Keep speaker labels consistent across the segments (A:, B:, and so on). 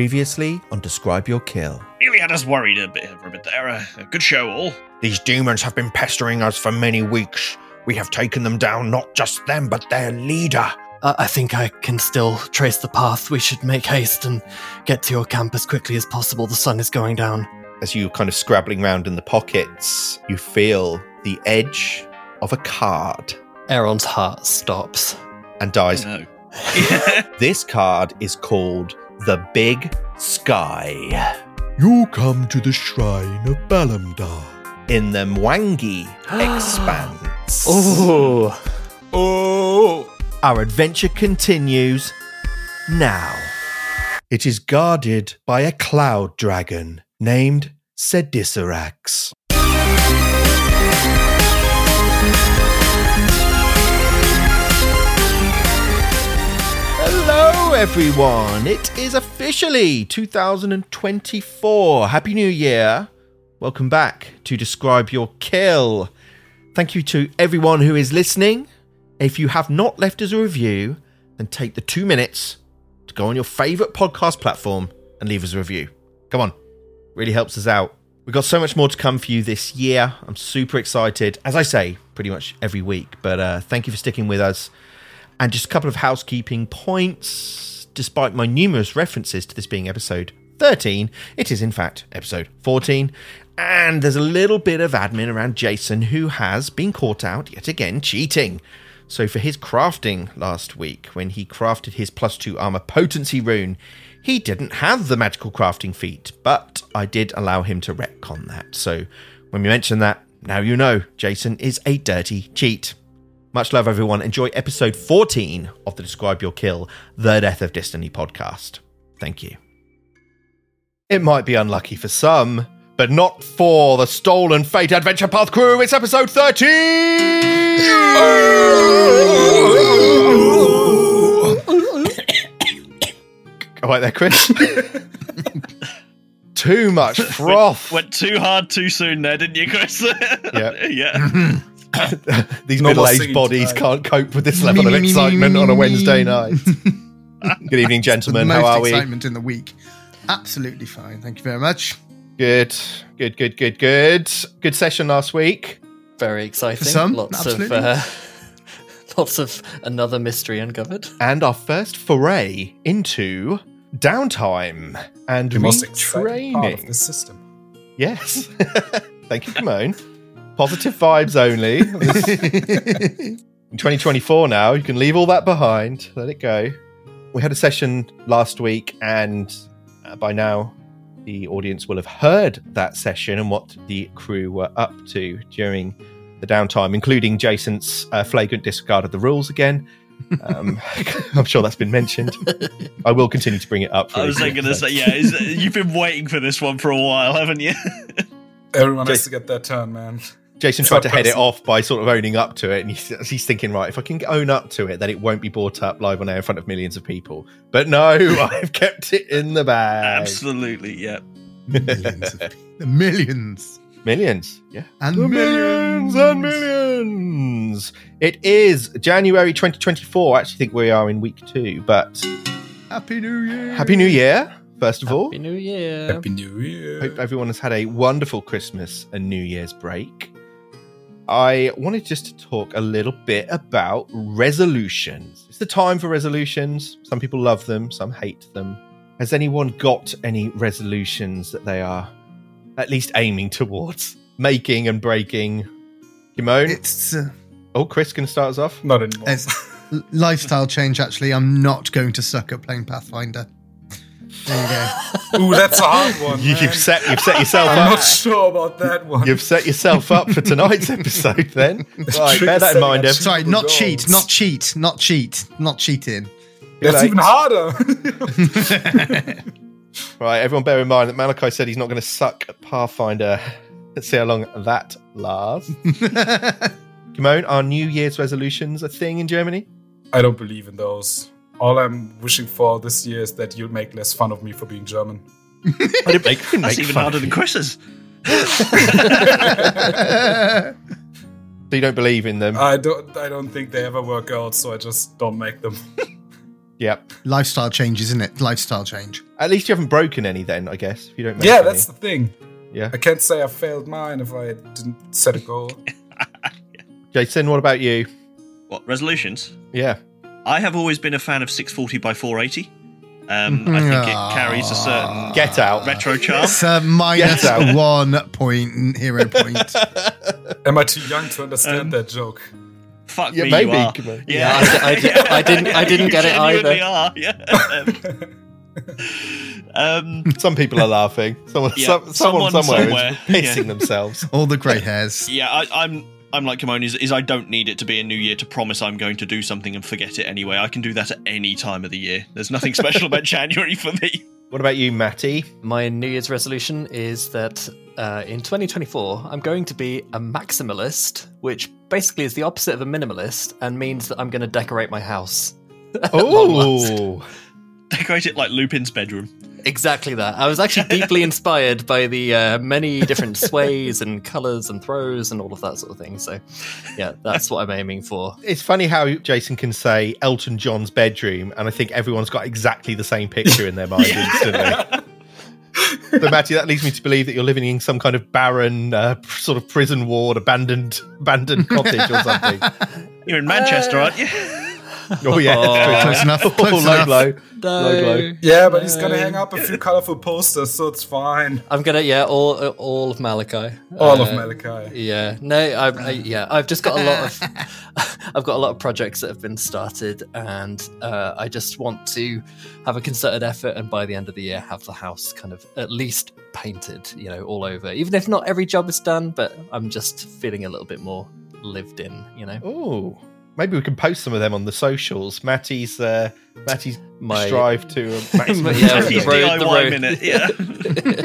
A: Previously on Describe Your Kill.
B: Nearly had us worried a bit, for a bit there. Uh, good show, all.
C: These demons have been pestering us for many weeks. We have taken them down, not just them, but their leader.
D: I I think I can still trace the path. We should make haste and get to your camp as quickly as possible. The sun is going down.
A: As you kind of scrabbling round in the pockets, you feel the edge of a card
D: Aaron's heart stops.
A: and dies.
B: No.
A: This card is called the Big Sky. You come to the shrine of Balamdar in the Mwangi expanse.
D: Oh. Ooh.
A: Our adventure continues now. It is guarded by a cloud dragon named Sedisarax. Hello, everyone. It is officially 2024. Happy New Year. Welcome back to Describe Your Kill. Thank you to everyone who is listening. If you have not left us a review, then take the two minutes to go on your favourite podcast platform and leave us a review. Come on, really helps us out. We've got so much more to come for you this year. I'm super excited, as I say, pretty much every week. But uh, thank you for sticking with us. And just a couple of housekeeping points. Despite my numerous references to this being episode 13, it is in fact episode 14. And there's a little bit of admin around Jason, who has been caught out yet again cheating. So, for his crafting last week, when he crafted his plus two armor potency rune, he didn't have the magical crafting feat, but I did allow him to retcon that. So, when we mention that, now you know Jason is a dirty cheat. Much love, everyone. Enjoy episode 14 of the Describe Your Kill, The Death of Destiny podcast. Thank you. It might be unlucky for some, but not for the Stolen Fate Adventure Path crew. It's episode 13! All right there, Chris. Too much froth.
B: Went too hard too soon there, didn't you, Chris?
A: Yeah.
B: yeah.
A: These
E: Not much
A: middle aged
E: singing
A: bodies
E: today.
A: can't cope with this level of excitement on a Wednesday night. Good evening, gentlemen.
E: the
A: How
E: most
A: are we?
E: excitement in the week. Absolutely fine. Thank you very much.
A: Good. Good, good, good, good. Good session last week.
D: Very exciting.
E: some,
D: lots
E: absolutely.
D: of uh, lots of another mystery uncovered.
A: And our first foray into downtime and
E: The
A: most
E: most exciting
A: retraining.
E: system.
A: Yes. Thank you, Simone. Positive vibes only. In 2024 now, you can leave all that behind. Let it go. We had a session last week, and uh, by now, the audience will have heard that session and what the crew were up to during the downtime, including Jason's uh, flagrant disregard of the rules again. Um, I'm sure that's been mentioned. I will continue to bring it up.
B: I was
A: everyone,
B: going to
A: so-
B: say, yeah, is, you've been waiting for this one for a while, haven't you?
F: Everyone has
A: Jay-
F: to get their turn, man.
A: Jason
F: It's
A: tried
F: not
A: to head it
F: personal.
A: off by sort of owning up to it, and he's, he's thinking, right, if I can own up to it, then it won't be brought up live on air in front of millions of people. But no, I've kept it in the bag.
B: Absolutely, yeah.
E: millions of people. The millions.
A: Millions, yeah,
E: And
A: The
E: millions.
A: millions and millions. It is January 2024. I actually think we are in week two, but
E: Happy New Year.
A: happy New Year first of all.
D: Happy New Year.
F: Happy New Year.
A: Hope everyone has had a wonderful Christmas and New Year's break. I wanted just to talk a little bit about resolutions. It's the time for resolutions. Some people love them, some hate them. Has anyone got any resolutions that they are at least aiming towards making and breaking? Kimon?
E: It's uh,
A: oh, Chris can start us off.
F: Not anymore.
E: it's l- lifestyle change, actually. I'm not going to suck at playing Pathfinder. There you go.
F: Ooh, that's a hard one.
A: You,
F: man.
A: you've set you've set yourself
F: I'm
A: up.
F: not sure about that one.
A: You've set yourself up for tonight's episode. Then, right,
F: trick
A: bear that in
F: is setting
A: mind.
F: up
A: ev-
E: Sorry,
F: People
E: not
F: goals.
E: cheat, not cheat, not cheat, not cheating.
F: that's
A: like-
F: even harder.
A: Right, everyone bear in mind that Malachi said he's not going to suck at Pathfinder. Let's see how long that lasts. Kimon, are New Year's resolutions a thing in Germany?
F: I don't believe in those. All I'm wishing for this year is that you'll make less fun of me for being German.
A: I didn't make, I didn't
B: That's
A: make
B: even
A: fun
B: harder
A: of
B: than
A: you.
B: Chris's.
A: So you don't believe in them.
B: Uh.
F: I don't. I don't think they ever work out, so I just don't make them.
G: Yep.
E: Lifestyle change, isn't it? Lifestyle change.
A: At least you haven't broken any then, I guess. If you don't. Make
F: Yeah,
A: any.
F: that's the thing.
A: Yeah.
F: I can't say I failed mine if I didn't set a goal.
A: Jason, what about you?
B: What resolutions?
A: Yeah.
B: I have always been a fan of 640 by 480. Um, I think it carries a certain
A: Get out.
B: retro charm.
E: It's a
A: Yes,
E: minus
A: out.
E: one point, hero point.
F: Am I too young to understand that joke?
B: Fuck
A: Yeah,
B: me,
A: maybe.
B: you are.
A: Come on.
B: Yeah,
D: Yeah, I di- I di- I didn't- I didn't
B: You
D: get it
B: genuinely
D: either.
B: Are. Yeah. um,
A: Some people are laughing. Someone,
B: Yeah,
A: some, someone,
B: someone
A: somewhere,
B: somewhere.
A: is pissing themselves.
E: All the grey hairs.
B: yeah, I, I'm. I'm like Kimon is, is I don't need it to be a new year to promise I'm going to do something and forget it anyway. I can do that at any time of the year. There's nothing special about January for me.
A: What about you, Matty?
D: My New Year's resolution is that uh, in 2024, I'm going to be a maximalist, which basically is the opposite of a minimalist and means that I'm going to decorate my house.
A: Oh,
B: Decorate it like Lupin's bedroom.
D: Exactly that. I was actually deeply inspired by the uh, many different sways and colors and throws and all of that sort of thing. So, yeah, that's what I'm aiming for.
A: it's funny how Jason can say Elton John's bedroom, and I think everyone's got exactly the same picture in their mind instantly. So, Matty, that leads me to believe that you're living in some kind of barren, uh, p- sort of prison ward, abandoned, abandoned cottage or something.
B: You're
D: Uh,
B: in Manchester, aren't you?
A: Oh yeah,
D: Oh.
E: Close enough.
A: Oh,
E: Close
A: low
E: enough.
A: blow.
F: Yeah, but he's gonna hang up a few colorful posters, so it's fine.
D: I'm gonna yeah all uh, all of Malachi.
F: All of
D: Uh,
F: Malachi.
D: Yeah, no, I've, I, yeah, I've just got a lot of, I've got a lot of projects that have been started, and uh, I just want to have a concerted effort, and by the end of the year, have the house kind of at least painted, you know, all over. Even if not every job is done, but I'm just feeling a little bit more lived in, you know.
A: Oh, maybe we can post some of them on the socials. Matty's uh, Matty's
D: My-
A: strive to uh, maximum.
D: Yeah,
B: That's his
D: the road- the
B: DIY
D: road.
B: minute. Yeah.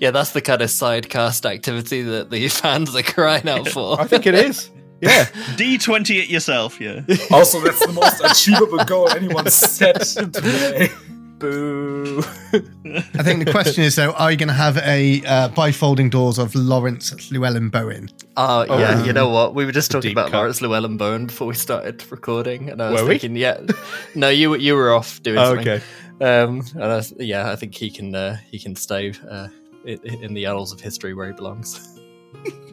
D: yeah, that's the kind of side cast activity that the fans are crying out for.
A: I think it is. Yeah,
B: D20 it yourself. Yeah.
F: Also, that's the most achievable goal anyone's set today.
D: Boo.
E: I think the question is though, are you going to have a uh, bifolding doors of Lawrence Llewellyn Bowen?
D: Oh, yeah, you
E: um,
D: know what? We were just talking
A: deep
D: about
A: cut.
D: Lawrence Llewellyn Bowen before we started recording, and I was
A: Were we?
D: thinking, yeah, no, you were- you were off doing
A: Oh,
D: something. Um, and I was, yeah, I think he can uh, he can stay uh, i- i- in the annals of history where he belongs.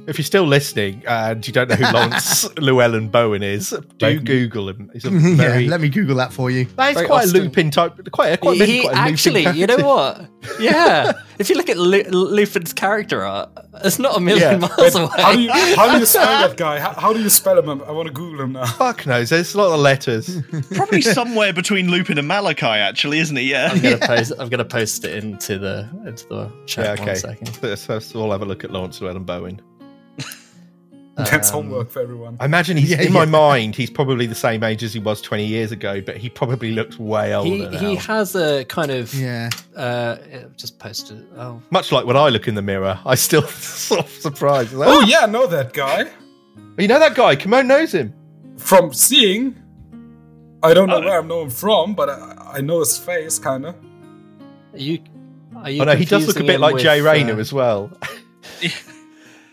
A: If you're still listening and you don't know who Lawrence Llewellyn Bowen is, do
F: Like-
A: Google him. He's a very
E: yeah, let me Google that for you.
A: that is
D: very
A: quite
D: Austin.
A: a Lupin type. Quite, a- quite,
D: he
A: a-
D: he
A: quite a Lupin
D: actually, you know
A: character.
D: what? Yeah, if you look at Lu- Lupin's character art, it's not a million
A: Yeah.
D: miles away.
F: How do you how do you spell that guy? How, how do you spell him? I want to Google him now.
A: Fuck knows. There's a lot of letters.
B: Probably somewhere between Lupin and Malachi, actually, isn't he? Yeah.
D: I'm gonna post. I'm gonna post it into the into the chat.
A: yeah,
D: One
A: okay.
D: second.
A: Let's first of all have a look at Lawrence Llewellyn Bowen.
F: That's
D: Um,
F: homework for everyone.
A: I imagine he's
E: Yeah,
A: in my
E: yeah.
A: mind. He's probably the same age as he was 20 years ago, but he probably looks way older
D: He
A: now.
D: he has a kind of
E: Yeah.
D: uh, it- just posted. Oh,
A: Much like when I look in the mirror, I still sort of surprised. Like,
F: Oh yeah, I know that guy
A: "Oh, you know that guy? Kimon knows him.
F: from seeing. I don't know
B: Oh.
F: where I know him from, but I, I know his face, kind of.
D: are you? Are you
A: Oh no, he does look a
D: confusing
A: bit
D: him
A: like
D: with,
A: Jay Rayner
D: uh,
A: as well.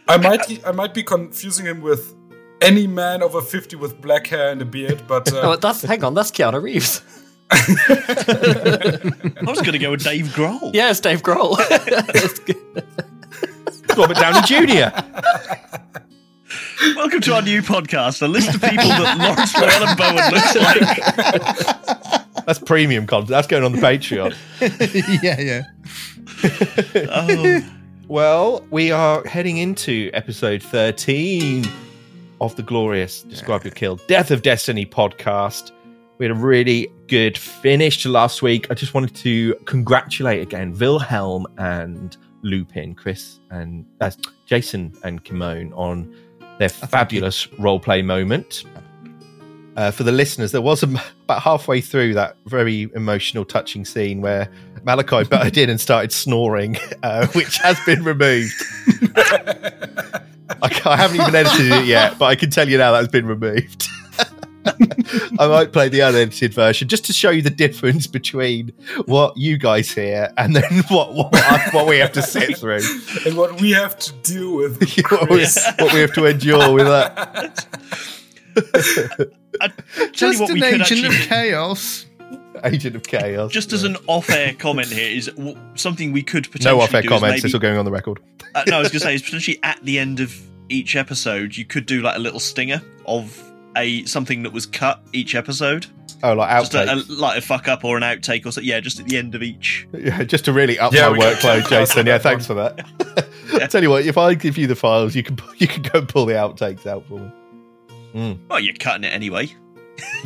F: I might I might be confusing him with any man over fifty with black hair and a beard, but
D: Oh,
F: uh,
D: that's hang on, that's Keanu Reeves.
B: I was going to go with Dave Grohl.
D: Yeah, it's Dave Grohl. That's good.
A: Robert Downey Jr.
B: Welcome to our new podcast, a list of people that Lawrence Llewellyn Bowen looks like.
A: That's premium content. That's going on the Patreon.
E: yeah, yeah.
B: Oh,
A: well, we are heading into episode 13 of the glorious Describe Your Kill Death of Destiny podcast. We had a really good finish to last week. I just wanted to congratulate again Wilhelm and Lupin, Chris and uh, Jason and Kimon on their fabulous roleplay moment. Uh, for the listeners, there was a, about halfway through that very emotional, touching scene where Malachi butted in and started snoring, uh, which has been removed. I, ca- I haven't even edited it yet, but I can tell you now that's been removed. I might play the unedited version just to show you the difference between what you guys hear and then what what, I- what we have to sit through,
F: and what we have to deal with.
A: what, we, what we have to endure with that.
B: I tell you
E: Just
B: what, we
E: an
B: could
E: agent
B: actually.
E: of chaos.
A: Agent of Chaos.
B: Just as an off-air comment here is w- something we could potentially
A: no off-air
B: do
A: comments.
B: Is
A: This will
B: maybe,
A: going on the record.
B: uh, no, I was going to say is potentially at the end of each episode you could do like a little stinger of a something that was cut each episode,
A: Oh, like
B: just a, a,
A: outtakes.
B: like a fuck up or an outtake or so. Yeah, just at the end of each.
A: yeah, just to really up
F: Yeah,
A: my
F: we
A: workload,
F: got two classes
A: Jason.
F: on
A: Yeah,
F: that
A: thanks for that. I tell you what, if I give you the files, you can pu- you can go and pull the outtakes out for me.
B: Well, you're cutting it anyway.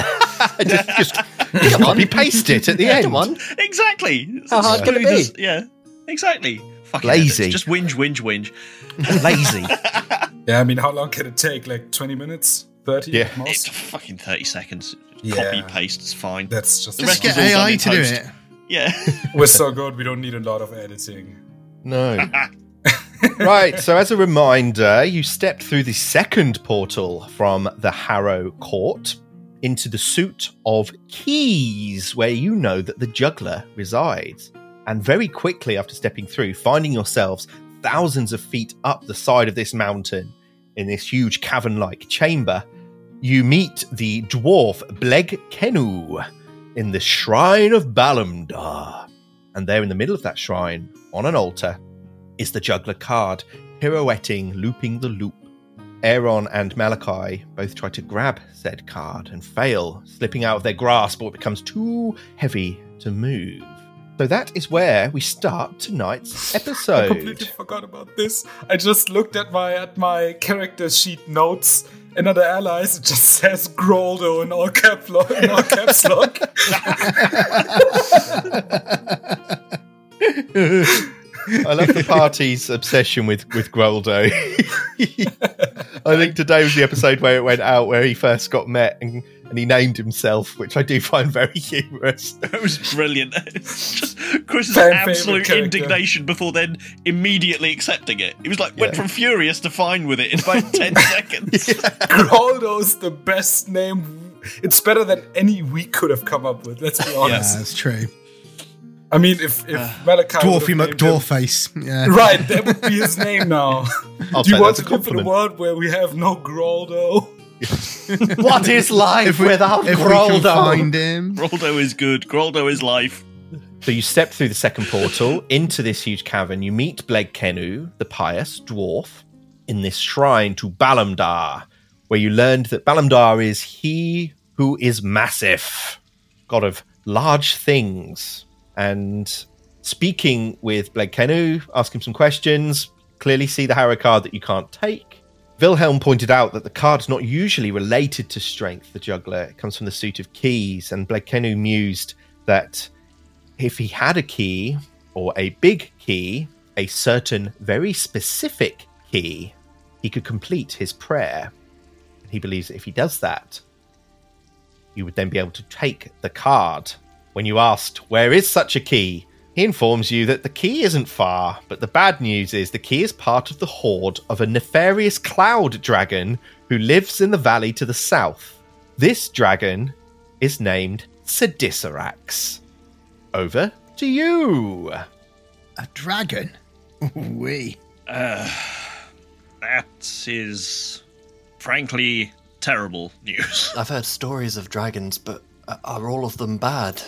A: just just copy paste it at the end.
D: Come on.
B: Exactly. It's-
D: How
B: it's
D: hard can it
B: gonna
D: be?
B: just- yeah, exactly. Fucking
A: Lazy.
B: edits. Just whinge, whinge, whinge.
A: Lazy.
F: Yeah, I mean, how long can it take? Like 20 minutes? 30
A: Yeah.
F: at most?
B: It's fucking thirty seconds.
F: Yeah.
B: Copy paste. It's fine.
F: That's just.
B: The
E: Just
B: rest
E: get
B: is all done
E: AI
B: in
E: to do
B: post.
E: it.
B: Yeah.
F: We're so good, we don't need a lot of editing.
A: No. right, so as a reminder, you stepped through the second portal from the Harrow Court into the suit of keys where you know that the juggler resides. And very quickly after stepping through, finding yourselves thousands of feet up the side of this mountain in this huge cavern like chamber, you meet the dwarf Bleg Kenu in the Shrine of Balamdar. And there in the middle of that shrine, on an altar, is the juggler card, pirouetting, looping the loop. Aaron and Malachi both try to grab said card and fail, slipping out of their grasp or it becomes too heavy to move. So that is where we start tonight's
F: I completely
A: episode.
F: forgot about this. I just looked at my at my character sheet notes, and under allies it just says Groldo in all cap lo- in all caps lock.
A: I love the party's obsession with with Groldo. I think today was the episode where it went out where he first got met and, and he named himself, which I do find very humorous.
B: That was brilliant. Just Chris's
F: Fan favourite
B: absolute
F: character.
B: indignation before then immediately accepting it. He was like, went
A: Yeah.
B: from furious to fine with it in about 10 seconds.
F: Groldo's the best name. It's better than any we could have come up with. Let's be
E: Yeah,
F: honest.
E: that's true.
F: I mean, if
A: Uh,
F: if Malachi would
E: Dwarfy
F: have named
E: McDwarface. Yeah.
F: him- right? That would be his name now.
A: I'll
F: Do
A: take
F: you want
A: that as a
F: to live in a
A: compliment.
F: world where we have no Groldo?
A: What is life without
E: If we can find him.
B: Groldo is good. Groldo is life.
A: So you step through the second portal into this huge cavern. You meet Bleg Kenu, the pious dwarf, in this shrine to Balamdar, where you learned that Balamdar is he who is massive, god of large things. And speaking with Bleg Kenu, ask him some questions, clearly see the Harrow card that you can't take. Wilhelm pointed out that the card's not usually related to strength, the juggler. It comes from the suit of keys, and Blegkenu mused that if he had a key or a big key, a certain very specific key, he could complete his prayer. And he believes that if he does that, you would then be able to take the card. When you asked, Where is such a key? he informs you that the key isn't far, but the bad news is the key is part of the horde of a nefarious cloud dragon who lives in the valley to the south. This dragon is named Sedisarax over to you.
E: A dragon? We.
B: That is, frankly, terrible news.
D: I've heard stories of dragons, but uh, are all of them bad?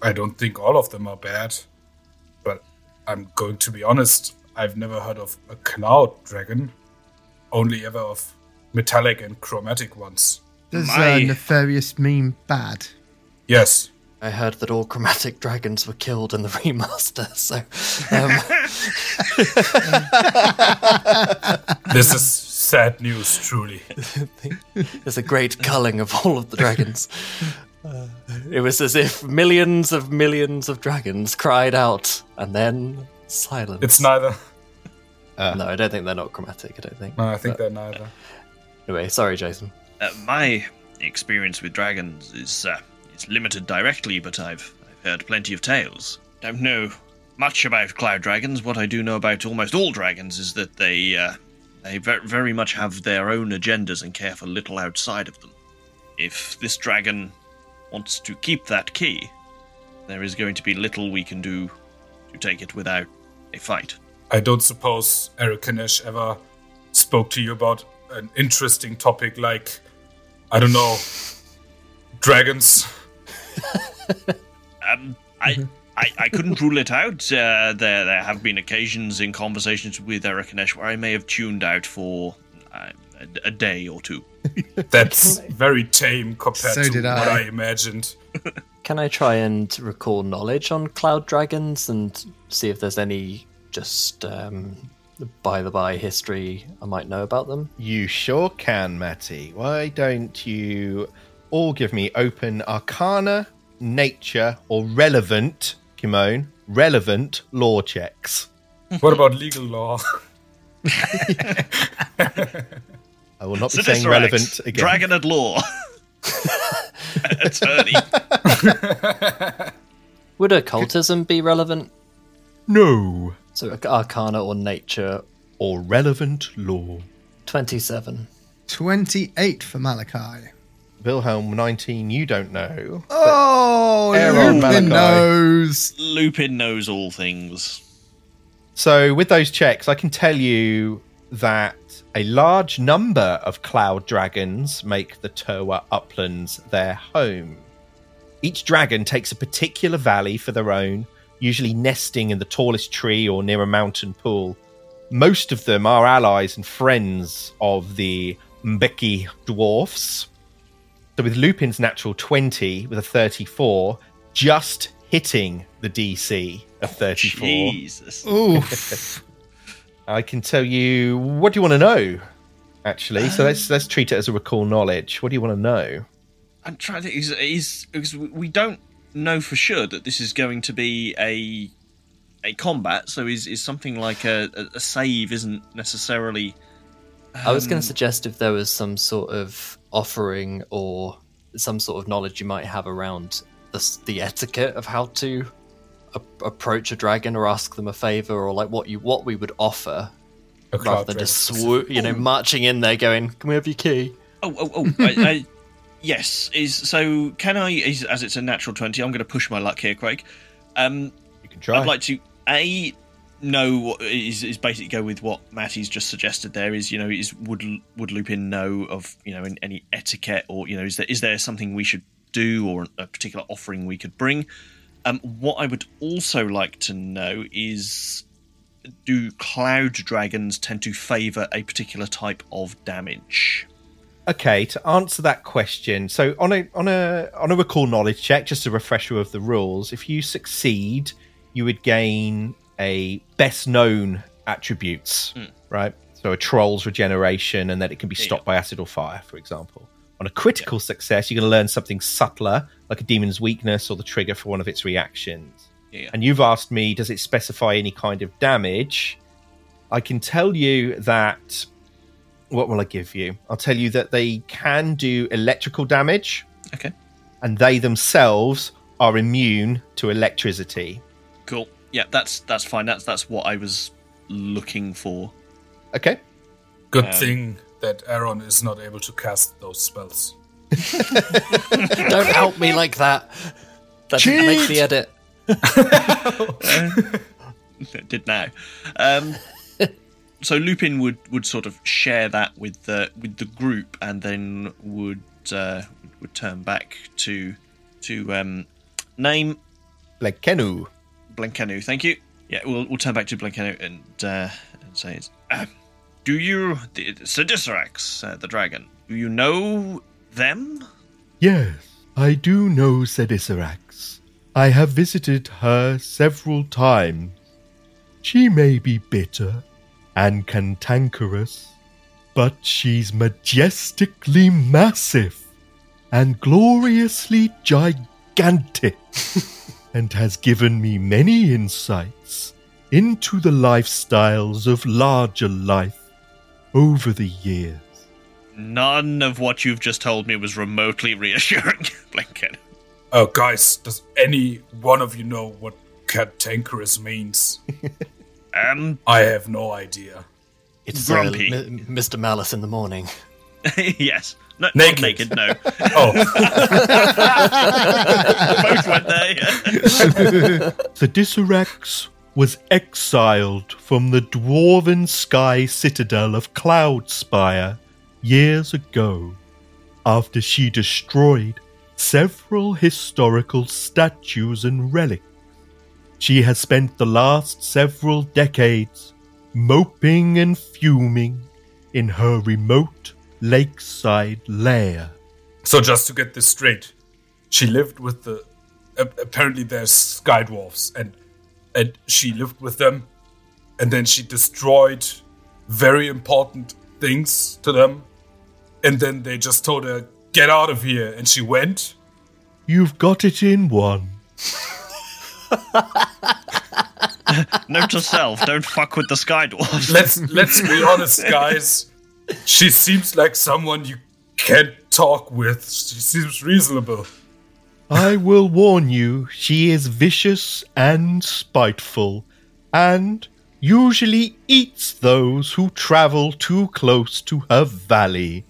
F: I don't think all of them are bad, but I'm going to be honest. I've never heard of a cloud dragon, only ever of metallic and chromatic ones.
E: Does uh,
B: My-
E: nefarious mean bad?
F: Yes,
D: I heard that all chromatic dragons were killed in the remaster, so um,
F: this is sad news, truly.
D: there's a great culling of all of the dragons. Uh, it was as if millions of millions of dragons cried out, and then silence.
F: It's neither.
D: No, I don't think they're not chromatic. I don't think.
F: No, I
E: Uh,
F: think they're neither.
D: Anyway, sorry, Jason.
B: Uh, my experience with dragons is uh, it's limited directly, but I've I've heard plenty of tales. Don't know much about cloud dragons. What I do know about almost all dragons is that they uh, they ver- very much have their own agendas and care for little outside of them. If this dragon wants to keep that key, there is going to be little we can do to take it without a fight.
F: I don't suppose Eric Kanesh ever spoke to you about an interesting topic like, I don't know, dragons.
B: Um,
A: Mm-hmm.
B: I, I, I couldn't rule it out. Uh, there, there have been occasions in conversations with Erakinesh where I may have tuned out for uh, a, a day or two.
F: That's very tame compared
E: So
F: to
E: did
F: what
E: I.
F: I imagined.
D: Can I try and recall knowledge on cloud dragons and see if there's any just um, by the by history I might know about them?
A: You sure can, Matty. Why don't you all give me open arcana, nature, or relevant, Kimon, relevant law checks?
F: What about legal law?
A: I will not be
B: Sidious
A: saying
B: Rex,
A: relevant again.
B: Dragon at law. Attorney.
D: Would occultism be relevant?
A: No.
D: So arc- arcana or nature?
A: Or relevant law.
D: 27.
E: 28 for Malachi.
A: Wilhelm 19, you don't know.
E: Oh,
A: Errol Malachi.
E: Lupin knows.
B: Lupin knows all things.
A: So, with those checks, I can tell you that a large number of cloud dragons make the Toa uplands their home. Each dragon takes a particular valley for their own, usually nesting in the tallest tree or near a mountain pool. Most of them are allies and friends of the Mbeki dwarfs. So, with Lupin's natural 20 with a 34, just hitting the DC of 34.
B: Jesus.
E: Oof.
A: I can tell you what do you want to know, actually. So let's
B: Um.
A: let's treat it as a recall knowledge. What do you want to know?
B: I'm trying to. Is, is, because we don't know for sure that this is going to be a a combat. So is is something like a, a- a save isn't necessarily.
D: I was going to suggest if there was some sort of offering or some sort of knowledge you might have around the, s- the etiquette of how to a- approach a dragon or ask them a favor or like what you what we would offer
F: A
D: rather
F: cloud
D: than
F: dragon.
D: just swoop, you know, marching in there going, "Can we have your key?"
B: Oh oh oh. I, I, yes. Is so. Can I? Is, as it's a natural twenty. I'm going to push my luck here, Craig. Um,
A: You can try.
B: I'd like to a know what is is basically go with what Matty's just suggested. There is you know is would would Lupin know of you know an- any etiquette or you know is there is there something we should do or a particular offering we could bring? Um, what I would also like to know is do cloud dragons tend to favour a particular type of damage?
A: okay, to answer that question. So on a on a on a recall knowledge check, just a refresher of the rules. If you succeed, you would gain a best known attributes,
B: Hmm.
A: right? So a troll's regeneration, and that it can be stopped by acid or fire, for example. On a critical success, you're going to learn something subtler, like a demon's weakness or the trigger for one of its reactions.
B: Yeah.
A: And you've asked me, does it specify any kind of damage? I can tell you that. What will I give you? I'll tell you that they can do electrical damage,
B: Okay,
A: and they themselves are immune to electricity.
B: cool. Yeah, that's that's fine. That's that's what I was looking for.
A: Okay.
F: Good
B: Um,
F: thing that Aaron is not able to cast those spells.
D: Don't help me like that. That didn't make the edit.
B: did now. Um, so Lupin would, would sort of share that with the with the group, and then would uh, would turn back to to um, name
A: Like Kenu.
B: Blankenu. Thank you. Yeah, we'll we'll turn back to Blankenu and uh, and say, it's, um, "Do you, the, the Sidisrax, uh, the dragon? Do you know them?"
A: Yes, I do know Sedisarax. I have visited her several times. She may be bitter and cantankerous, but she's majestically massive and gloriously gigantic, and has given me many insights into the lifestyles of larger life over the years.
B: None of what you've just told me was remotely reassuring, Blankenu.
F: Oh, guys, does any one of you know what cantankerous means?
B: Um,
F: I have no idea.
D: It's
B: uh, Grumpy.
D: Mr. Malice in the morning.
B: yes, no, not
F: Naked.
B: naked, no.
F: Oh,
B: both went there. yeah.
A: The Disarax was exiled from the dwarven sky citadel of Cloudspire years ago after she destroyed
H: several historical statues and relics. She has spent the last several decades moping and fuming in her remote lakeside lair.
F: So just to get this straight, she lived with the ap- apparently there's sky dwarfs and and she lived with them, and then she destroyed very important things to them, and then they just told her get out of here, and she went.
H: You've got it in one.
B: Note to self: don't fuck with the sky dwarfs.
F: Let's let's be honest, guys. She seems like someone you can talk with. She seems reasonable.
H: I will warn you, she is vicious and spiteful, and usually eats those who travel too close to her valley.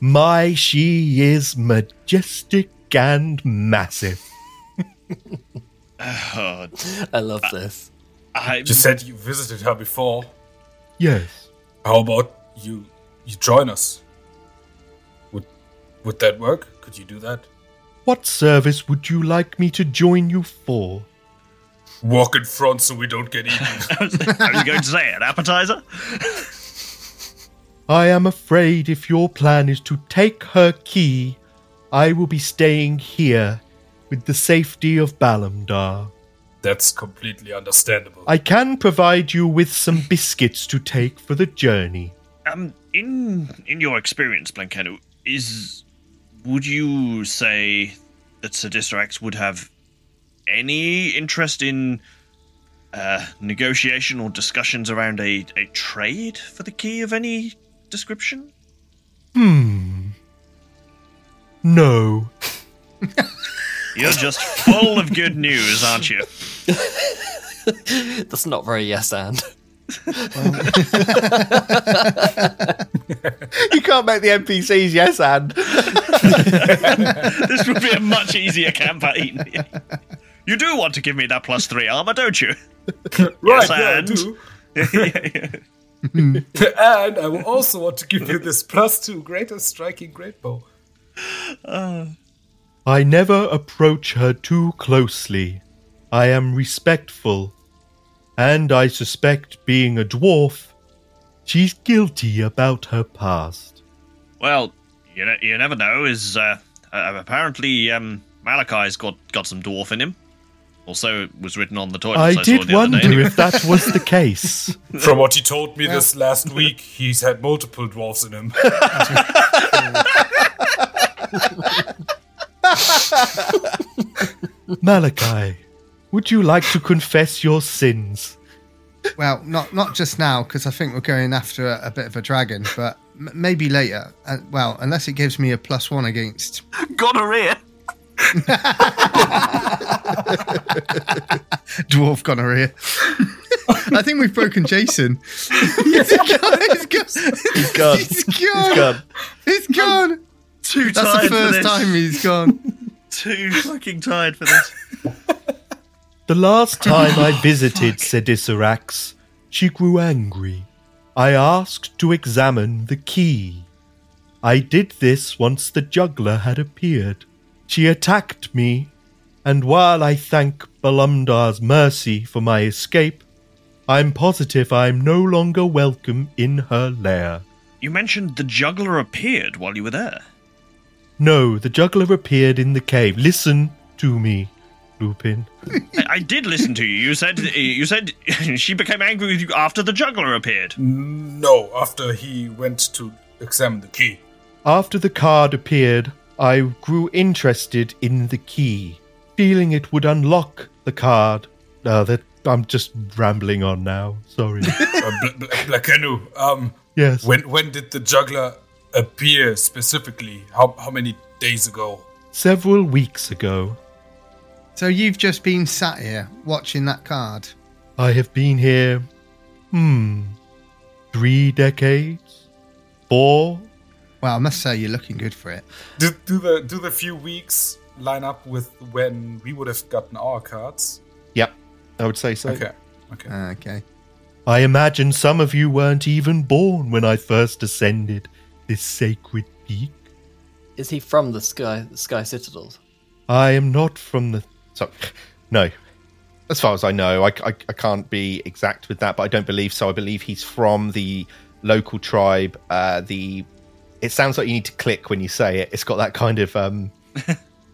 H: My, she is majestic and massive.
B: Oh,
D: I love this.
B: I,
F: You said you visited her before.
H: Yes.
F: How about you you join us? Would would that work? Could you do that?
H: What service would you like me to join you for?
F: Walk in front so we don't get eaten.
B: I was going to say an appetizer.
H: I am afraid if your plan is to take her key, I will be staying here with the safety of Balamdar.
F: That's completely understandable.
H: I can provide you with some biscuits to take for the journey.
B: Um, in in your experience, Blancano, is would you say that Sedisrax would have any interest in uh, negotiation or discussions around a, a trade for the key of any description?
H: No,
B: You're just full of good news, aren't you?
D: That's not very yes and.
A: You can't make the NPCs yes and.
B: This would be a much easier campaign. You do want to give me that plus three armor, don't you?
F: right,
B: yes, and-
F: and I will also want to give you this plus two greater striking great bow.
H: I never approach her too closely. I am respectful. And I suspect, being a dwarf, she's guilty about her past.
B: Well, you know, you never know. Is uh, uh, apparently um, Malachi's got got some dwarf in him. Also, it was written on the toilet.
H: I
B: I, saw
H: did
B: the other
H: wonder
B: day.
H: if that was the case.
F: From what he told me this last week, he's had multiple dwarves in him.
H: Malachi, would you like to confess your sins?
E: Well, not not just now because I think we're going after a, a bit of a dragon, but m- maybe later. Uh, well, unless it gives me a plus one against.
B: Gonorrhea.
E: dwarf gonorrhea. I think we've broken Jason. He's gone. He's gone. He's
A: gone.
E: gone. He's gone.
B: Too
E: That's the
B: tired for
E: first
B: this.
E: time he's gone.
B: Too fucking tired for this.
H: The last time I visited Sedisarax, she grew angry. I asked to examine the key. I did this once the juggler had appeared. She attacked me, and while I thank Balumdar's mercy for my escape, I'm positive I'm no longer welcome in her lair.
B: You mentioned the juggler appeared while you were there.
H: No, the juggler appeared in the cave. Listen to me, Lupin.
B: I, I did listen to you. You said you said she became angry with you after the juggler appeared.
F: no, after he went to examine the key.
H: After the card appeared, I grew interested in the key, feeling it would unlock the card. Uh, that I'm just rambling on now. Sorry.
F: Uh, Bla- Bla- Blackenu, um,
H: yes.
F: when when did the juggler appear specifically? How how many days ago?
H: Several weeks ago,
E: So you've just been sat here watching that card.
H: I have been here. Hmm. Three decades? Four?
E: Well, I must say you're looking good for it.
F: Do, do the do the few weeks line up with when we would have gotten our cards?
A: Yep, I would say so.
F: Okay. Okay.
E: Ah, Okay.
H: I imagine some of you weren't even born when I first ascended this sacred peak.
D: Is he from the Sky the Sky Citadel?
A: I am not from the. So, no. As far as I know, I, I, I can't be exact with that, but I don't believe so. I believe he's from the local tribe. Uh, the it sounds like you need to click when you say it. It's got that kind of um,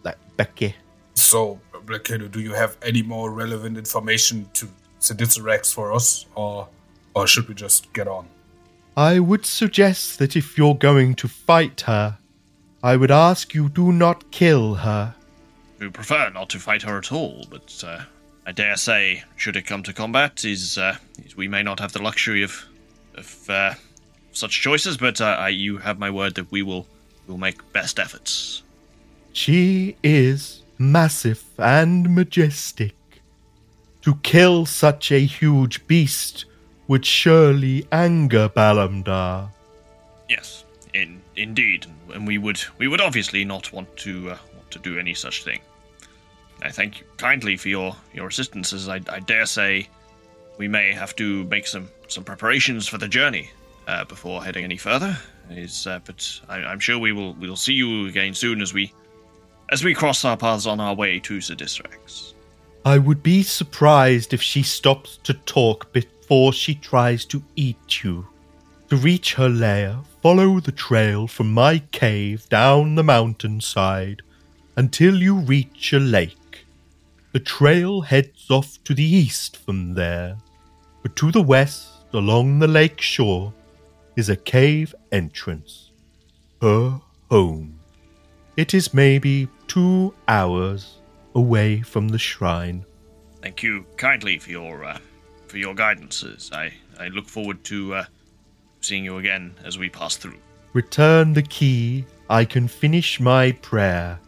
A: that Becky.
F: So, Black Widow, do you have any more relevant information to Sedicerax for us, or or should we just get on?
H: I would suggest that if you're going to fight her, I would ask you do not kill her.
B: We prefer not to fight her at all, but uh, I dare say, should it come to combat, is, uh, is we may not have the luxury of of uh, such choices. But uh, I, you have my word that we will will make best efforts.
H: She is massive and majestic. To kill such a huge beast would surely anger Balamdar.
B: Yes, in, indeed, and we would we would obviously not want to uh, want to do any such thing. I thank you kindly for your your assistance, as I, I dare say we may have to make some some preparations for the journey uh, before heading any further. Is uh, but I, I'm sure we will we'll see you again soon as we as we cross our paths on our way to Sedisrax.
H: I would be surprised if she stops to talk before she tries to eat you. To reach her lair, follow the trail from my cave down the mountainside until you reach a lake. The trail heads off to the east from there, but to the west, along the lake shore, is a cave entrance. Her home. It is maybe two hours away from the shrine.
B: Thank you kindly for your uh, for your guidances. I I look forward to uh, seeing you again as we pass through.
H: Return the key, I can finish my prayer.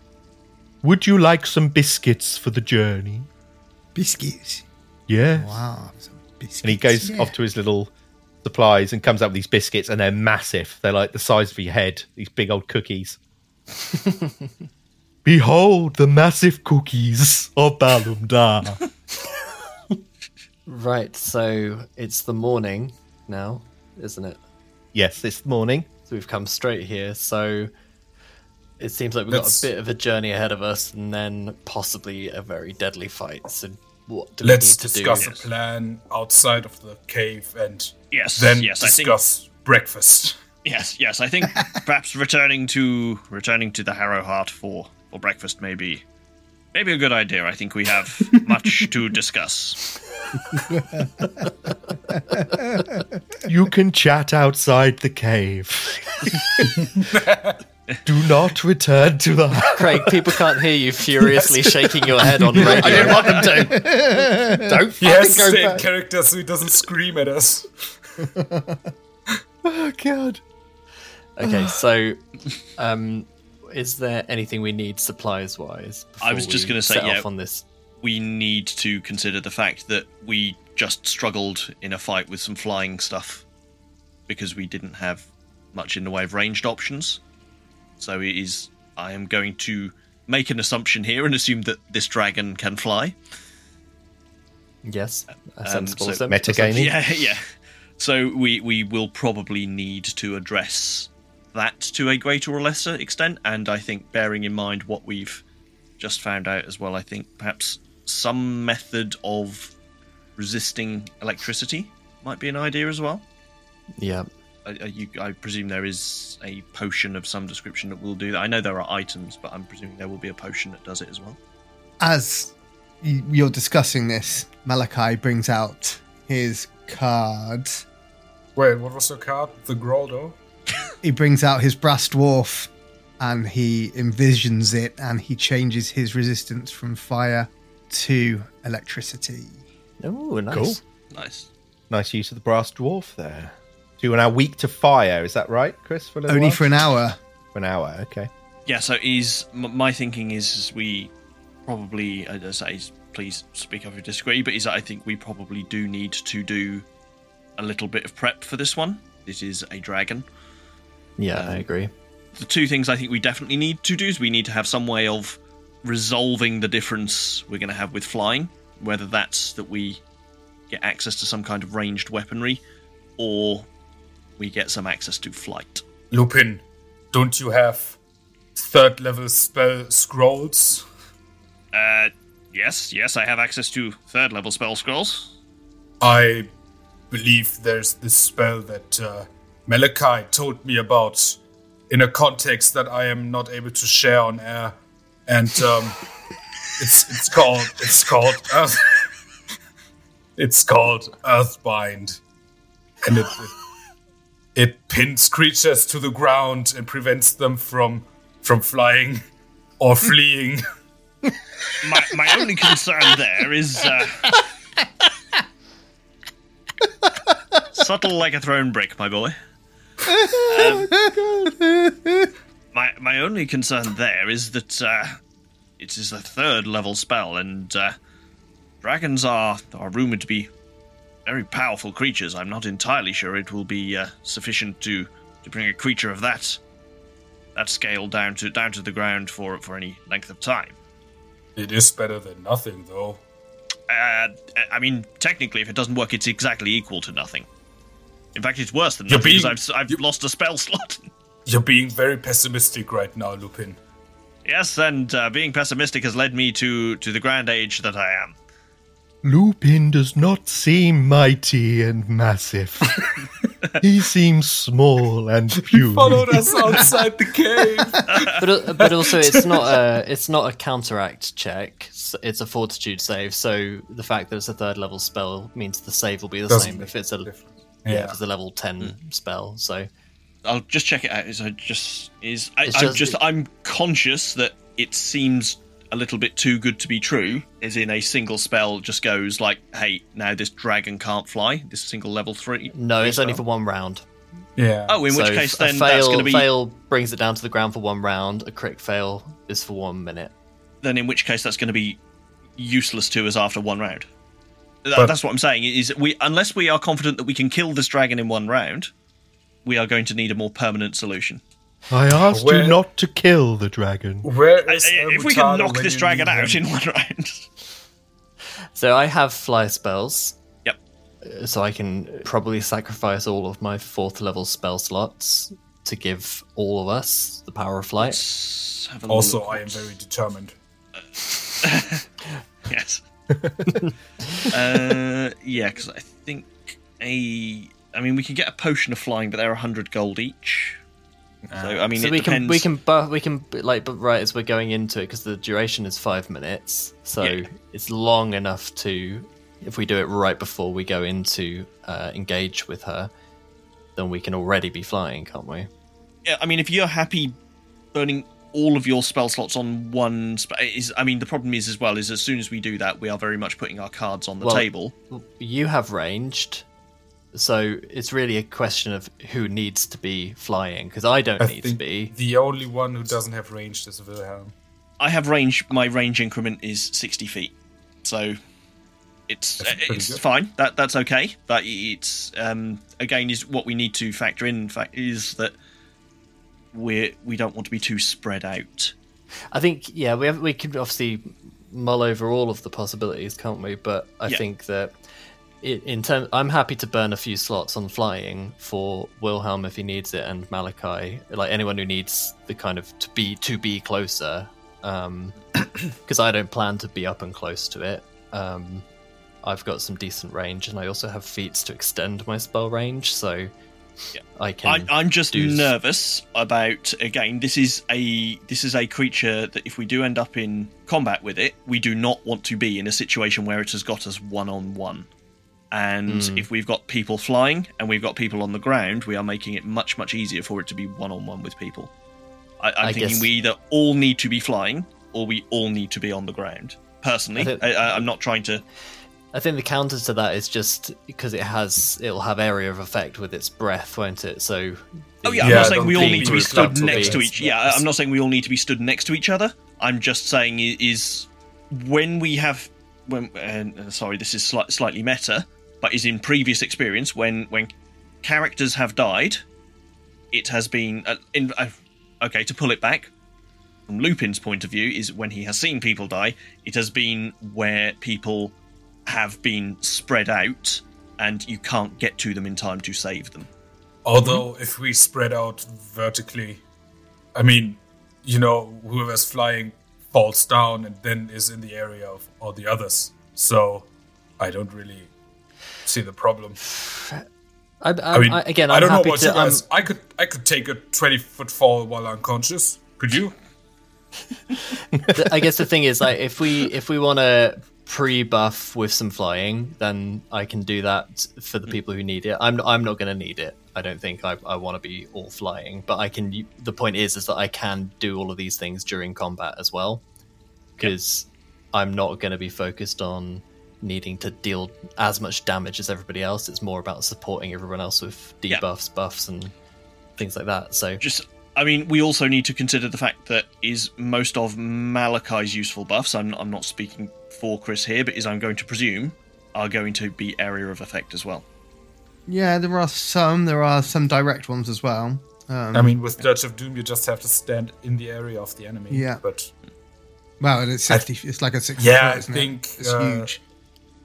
H: Would you like some biscuits for the journey?
E: Biscuits.
H: Yes.
E: Wow. some biscuits.
A: And he goes
E: Yeah.
A: off to his little supplies and comes out with these biscuits, and they're massive. They're like the size of your head. These big old cookies.
H: Behold the massive cookies of Balumdar.
D: Right, so it's the morning now, isn't it?
A: Yes, this morning.
D: So we've come straight here, so it seems like we've
F: Let's-
D: got a bit of a journey ahead of us and then possibly a very deadly fight. So what do
F: Let's
D: we need to
F: discuss
D: do?
F: a plan outside of the cave and
B: Yes,
F: then
B: yes, I think
F: discuss breakfast.
B: Yes, yes, I think perhaps returning to returning to the Harrow Heart for for breakfast may be maybe a good idea. I think we have much to discuss.
H: you can chat outside the cave. Do not return to the
D: Craig, people can't hear you furiously shaking your head on radio. I don't want them to.
A: Don't
F: Yes, stay in character so he doesn't scream at us.
H: Oh god.
D: Okay, so um, is there anything we need supplies wise?
B: I was just gonna say,
D: set
B: yeah.
D: off on this.
B: We need to consider the fact that we just struggled in a fight with some flying stuff because we didn't have much in the way of ranged options. So it is I am going to make an assumption here and assume that this dragon can fly.
D: Yes, a sensible
B: Um, so-
D: assumption.
A: Metagaming.
B: Yeah, yeah. So we we will probably need to address that to a greater or lesser extent, and I think bearing in mind what we've just found out as well, I think perhaps some method of resisting electricity might be an idea as well.
D: Yeah,
B: I, I, you, I presume there is a potion of some description that will do that. I know there are items, but I'm presuming there will be a potion that does it as well.
E: As y- you're discussing this, Malachi brings out his card.
F: Wait, what was your card? The Groldo?
E: He brings out his brass dwarf and he envisions it and he changes his resistance from fire to electricity.
D: Oh, nice.
A: Cool.
B: Nice.
A: Nice use of the brass dwarf there. So you're now weak to fire. Is that right, Chris? For a little
E: Only
A: while?
E: for an hour.
A: For an hour. Okay.
B: Yeah, so is m- my thinking is, is we probably I don't say please speak if you disagree, but is that I think we probably do need to do a little bit of prep for this one. This is a dragon.
D: Yeah,
B: Um,
D: I agree.
B: The two things I think we definitely need to do is we need to have some way of resolving the difference we're going to have with flying, whether that's that we get access to some kind of ranged weaponry or we get some access to flight.
F: Lupin, don't you have third level spell scrolls?
B: Uh, yes, yes, I have access to third level spell scrolls.
F: I believe there's this spell that uh, Malachi told me about in a context that I am not able to share on air, and um, it's it's called it's called Earth, it's called Earthbind, and it, it it pins creatures to the ground and prevents them from from flying or fleeing.
B: My, my only concern there is uh, subtle like a throne brick, my boy. Um, my my only concern there is that uh, it is a third level spell, and uh, dragons are are rumored to be very powerful creatures. I'm not entirely sure it will be uh, sufficient to to bring a creature of that that scale down to down to the ground for for any length of time.
F: It is better than nothing, though.
B: Uh, I mean, technically, if it doesn't work, it's exactly equal to nothing. In fact, it's worse than
F: You're
B: nothing because
F: being-
B: I've, s- I've lost a spell slot.
F: You're being very pessimistic right now, Lupin.
B: yes, and uh, being pessimistic has led me to to the grand age that I am.
H: Lupin does not seem mighty and massive. he seems small and puny.
F: Followed us outside the cave.
D: but uh, but also it's not a it's not a counteract check. s- It's a fortitude save. So the fact that it's a third level spell means the save will be the
F: Doesn't
D: same
F: make
D: if it's a yeah, if it's a level ten
B: Hmm.
D: spell. So
B: I'll just check it out. Is I just is I, I'm
D: It's
B: just,
D: just-
B: I'm conscious that it seems a little bit too good to be true. As in, a single spell just goes like, "Hey, now this dragon can't fly." This single level three.
D: no, it's only
B: spell.
D: for one round.
F: Yeah.
B: Oh, in
D: Mm. so
B: which case
D: a
B: then
D: fail,
B: that's going to be
D: fail brings it down to the ground for one round. A crit fail is for one minute.
B: then in which case that's going to be useless to us after one round. Th-
F: But-
B: that's what I'm saying. Is we unless we are confident that we can kill this dragon in one round, we are going to need a more permanent solution.
H: I asked
F: Where-
H: you not to kill the dragon.
F: Where
B: I-
F: is
B: I- if we
F: Elmutalo
B: can knock
F: when
B: this
F: you
B: dragon
F: need
B: out
F: him?
B: in one round,
D: So I have fly spells.
B: Yep.
D: Uh, So I can probably sacrifice all of my fourth level spell slots to give all of us the power of flight.
B: Let's have a
F: Also,
B: look
F: I am
B: what's-
F: very determined.
B: Yes. uh, yeah, because I think a. I mean, we can get a potion of flying, but they're hundred gold each. So I mean,
D: Ah. so
B: it
D: we
B: depends.
D: can we can bu- we can like but right as we're going into it because the duration is five minutes, so
B: Yeah.
D: it's long enough to if we do it right before we go into uh, engage with her, then we can already be flying, can't we?
B: Yeah, I mean, if you're happy burning all of your spell slots on one, sp- is I mean, the problem is as well is as soon as we do that, we are very much putting our cards on the
D: Well-
B: table.
D: You have ranged, so it's really a question of who needs to be flying because I don't
F: I
D: need to
F: think
D: be.
F: the only one who doesn't have ranged is Wilhelm.
B: I have range. My range increment is sixty feet, so it's uh,
F: That's pretty
B: it's
F: good.
B: fine. That that's okay. But it's um again is what we need to factor in. in fact, is that we we don't want to be too spread out.
D: I think yeah, we have, we could obviously mull over all of the possibilities, can't we? But I
B: Yeah.
D: think that i in terms, I'm happy to burn a few slots on flying for Wilhelm if he needs it, and Malachi, like anyone who needs the kind of to be to be closer, because I don't plan to be up and close to it. Um, I've got some decent range, and I also have feats to extend my spell range, so I
B: I,
D: can.
B: I'm just
D: do s-
B: nervous about again. This is a this is a creature that if we do end up in combat with it, we do not want to be in a situation where it has got us one on one. And
D: Hmm.
B: if we've got people flying and we've got people on the ground, we are making it much much easier for it to be one on one with people. I, I'm
D: I
B: thinking
D: guess-
B: we either all need to be flying or we all need to be on the ground.
D: I
B: Personally,
D: don't-
B: I, I, I'm not trying to.
D: I think the counter to that is just because it has it'll have area of effect with its breath, won't it? So
B: Oh yeah, I'm
F: Yeah, I
B: not saying
F: don't
B: we all
F: think
B: need to
F: we
B: be
F: would
B: stood
F: want to
B: next
F: be.
B: to each. Yeah, I- I'm not saying we all need to be stood next to each other. I'm just saying i- is when we have when and uh, sorry, this is sli- slightly meta, but is in previous experience when when characters have died, it has been uh, in, uh, okay to pull it back. From Lupin's point of view, is when he has seen people die, it has been where people have been spread out and you can't get to them in time to save them. Mm-hmm.
F: Although, if we spread out vertically, I mean, you know, whoever's flying falls down and then is in the area of all the others. So I don't really see the problem.
D: I, I,
F: I mean,
D: I, again, I'm
F: I don't know
D: happy
F: what
D: to.
F: you guys.
D: um,
F: I could, I could take a twenty-foot fall while unconscious. Could you?
D: th- I guess the thing is, like, if we if we want to pre-buff with some flying, then I can do that for the people who need it. I'm I'm not going to need it. I don't think I, I want to be all flying, but I can. u- The point is, is that I can do all of these things during combat as well, because I'm not going to be focused on needing to deal as much damage as everybody else. It's more about supporting everyone else with
B: Yeah.
D: debuffs, buffs, and things like that. So
B: Just, I mean, we also need to consider the fact that is most of Malachi's useful buffs. I'm, I'm not speaking for Chris here, but is I'm going to presume are going to be area of effect as well.
E: Yeah, there are some. There are some direct ones as well. Um,
F: I mean, with Judge of Doom, you just have to stand in the area of the enemy.
E: Yeah.
F: But
E: well, and it's sixty. It's like a sixty.
F: Yeah,
E: foot,
F: I
E: isn't it?
F: think,
E: it's
F: uh,
E: huge.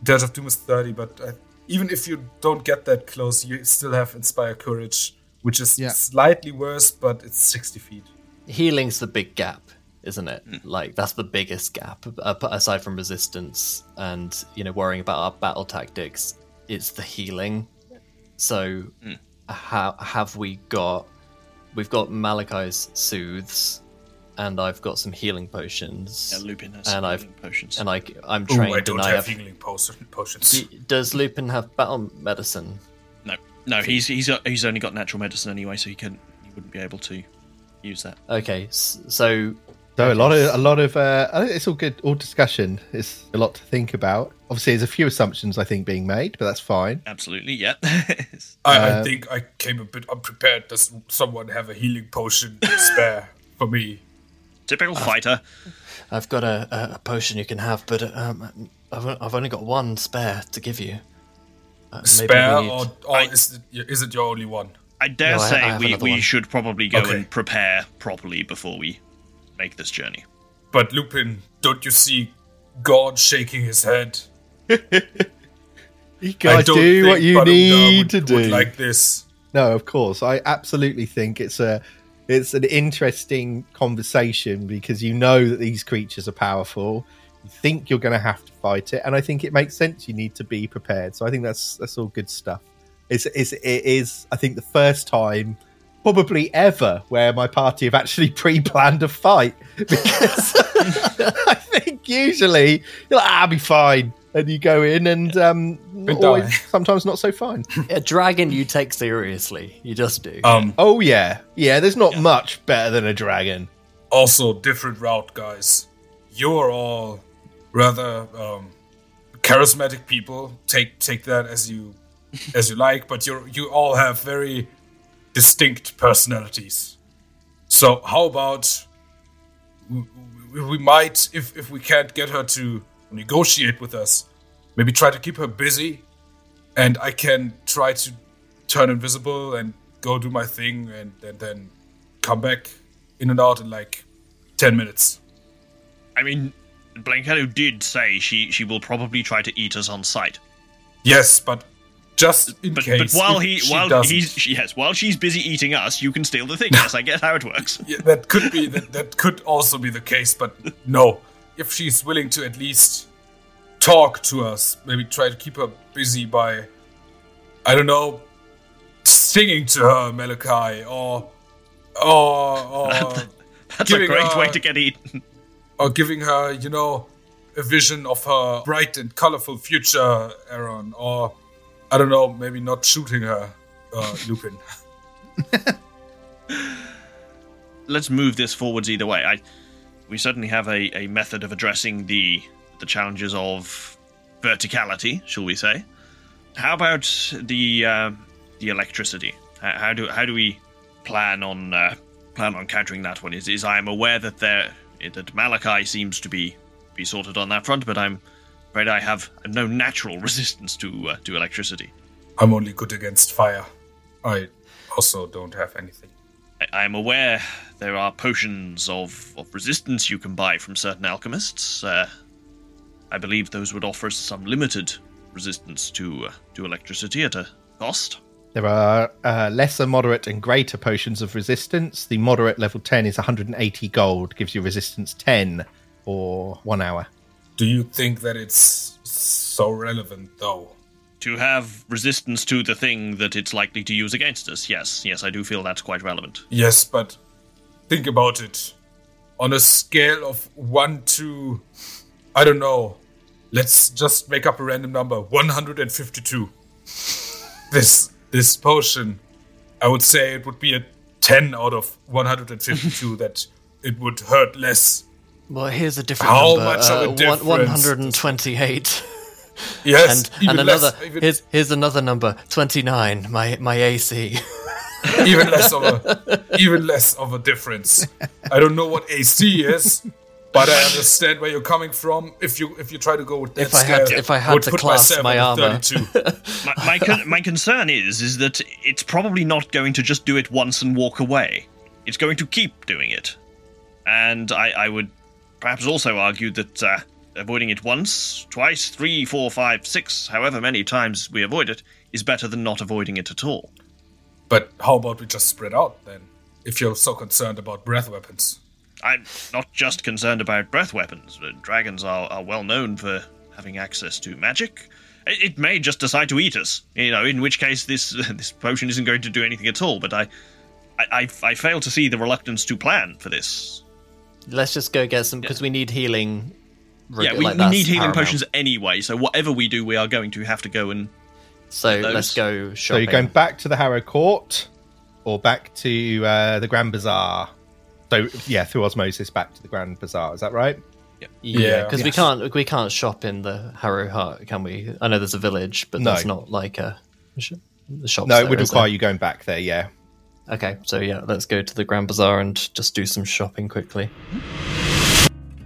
F: Judge of Doom is thirty. But uh even if you don't get that close, you still have Inspire Courage, which is
E: Yeah.
F: slightly worse, but it's sixty feet.
D: healing's the big gap isn't
B: Hmm.
D: it like that's the biggest gap uh, put aside from resistance and you know worrying about our battle tactics it's the healing so
B: Hmm.
D: how have we got we've got malachi's soothes and i've got some healing potions
B: Yeah, Lupin has
D: and i've
B: healing potions.
D: and i i'm
F: Oh,
D: trained
F: I don't
D: and i
F: have
D: have
F: healing potion- potions.
D: D- does lupin have battle medicine
B: no, no, he's he's uh, he's only got natural medicine anyway, so he can he wouldn't be able to use that.
D: okay s- so
A: So Oh, a lot of a lot of uh, I think it's all good, all discussion. It's a lot to think about. Obviously, there's a few assumptions I think being made, but that's fine.
B: Absolutely, yeah.
F: I, I think I came a bit unprepared. Does someone have a healing potion spare for me?
B: Typical
D: Ah.
B: fighter.
D: I've got a, a, a potion you can have, but um, I've, I've only got one spare to give you. Uh, maybe
F: Spare
D: we need-
F: or, or
B: I-
F: is, it, is it your only one?
B: I dare
D: No, I- I
B: say
D: have
B: we,
D: another
B: we
D: one.
B: should probably go
F: Okay.
B: and prepare properly before we make this journey.
F: But Lupin, don't you see God shaking his head?
A: You guys
F: don't
A: do what
F: think
A: you
F: Badumda
A: need
F: would-
A: to
F: would
A: do.
F: like this.
A: No, of course. I absolutely think it's a it's an interesting conversation because you know that these creatures are powerful. You think you're going to have to fight it, and I think it makes sense. You need to be prepared. So I think that's that's all good stuff. It's, it's it is I think the first time probably ever where my party have actually pre-planned a fight because I think usually you're like, "Ah, I'll be fine, and you go in and um, always, sometimes not so fine.
D: a dragon you take seriously. You just do.
F: Um,
A: Oh yeah, yeah. There's not much better than a dragon.
F: also, different route, guys. You're all rather um, charismatic people. Take take that as you as you like. But you you all have very distinct personalities. So how about we, we- we might, if if we can't get her to negotiate with us, maybe try to keep her busy, and I can try to turn invisible and go do my thing, and, and then come back in and out in like ten minutes.
B: I mean, Blancato did say she, she will probably try to eat us on sight.
F: Yes, but just in
B: But, but
F: case.
B: while
F: if
B: he
F: she
B: while
F: doesn't-
B: he's she, yes while she's busy eating us, you can steal the thing. Yes, I guess how it works.
F: Yeah, that could be that, that could also be the case, but no. If she's willing to at least talk to us, maybe try to keep her busy by I don't know singing to her, Malachi, or or or,
B: That's a
F: Giving,
B: great way
F: uh,
B: to get eaten.
F: or giving her, you know, a vision of her bright and colorful future, Aaron, or I don't know, maybe not shooting her, uh, Lupin.
B: Let's move this forwards either way. I we certainly have a, a method of addressing the the challenges of verticality, shall we say? How about the uh, the electricity? How, how do how do we plan on uh, plan on countering that one? Is is I am aware that there that Malachi seems to be be sorted on that front, but I'm afraid I have no natural resistance to uh, to electricity.
F: I'm only good against fire. I also don't have anything.
B: I- I am aware there are potions of, of resistance you can buy from certain alchemists. Uh, I believe those would offer some limited resistance to uh, to electricity at a cost.
A: There are uh, lesser, moderate, and greater potions of resistance. The moderate level 10 is 180 gold, gives you resistance 10 for one hour.
F: Do you think that it's so relevant, though?
B: To have resistance to the thing that it's likely to use against us, yes, yes, I do feel that's quite relevant.
F: Yes, but think about it. On a scale of one to, I don't know, let's just make up a random number, 152. This this potion, I would say it would be a 10 out of 152 that it would hurt less.
D: Well, here's a different
F: How
D: number.
F: much of a
D: uh,
F: difference?
D: One hundred and twenty-eight.
F: Yes,
D: And, and
F: even
D: another
F: less, even,
D: here's here's another number twenty-nine. My my AC.
F: even less of a even less of a difference. I don't know what AC is, but I understand where you're coming from. If you if you try to go with that
D: If I had-
F: scale,
D: if I had
F: would
D: to
F: put
D: class
F: myself
D: my
F: at a
D: armor.
F: 32.
B: My, my, con- my concern is, is that it's probably not going to just do it once and walk away. It's going to keep doing it. And I, I would perhaps also argue that uh, avoiding it once, twice, three, four, five, six, however many times we avoid it, is better than not avoiding it at all.
F: But how about we just spread out then? If you're so concerned about breath weapons,
B: I'm not just concerned about breath weapons. Uh, Dragons are, are well known for having access to magic. It, it may just decide to eat us, you know. In which case, this this potion isn't going to do anything at all. But I, I, I, I fail to see the reluctance to plan for this.
D: Let's just go get some because we need healing. reg-
B: yeah, we,
D: like,
B: we
D: that's
B: need healing
D: paramount.
B: potions anyway. So whatever we do, we are going to have to go and
D: So
B: those.
D: let's go
A: So
D: shopping.
A: you're going back to the Harrow Court or back to uh, the Grand Bazaar. So, yeah, through osmosis back to the Grand Bazaar. Is that right?
D: yeah,
F: Yeah.
D: because we can't we can't shop in the Harrow Heart, can we? I know there's a village, but
A: No.
D: there's not like a sh- the shops.
A: No, it
D: there,
A: would
D: is
A: require you going back there, yeah.
D: there? Okay, so yeah, let's go to the Grand Bazaar and just do some shopping quickly.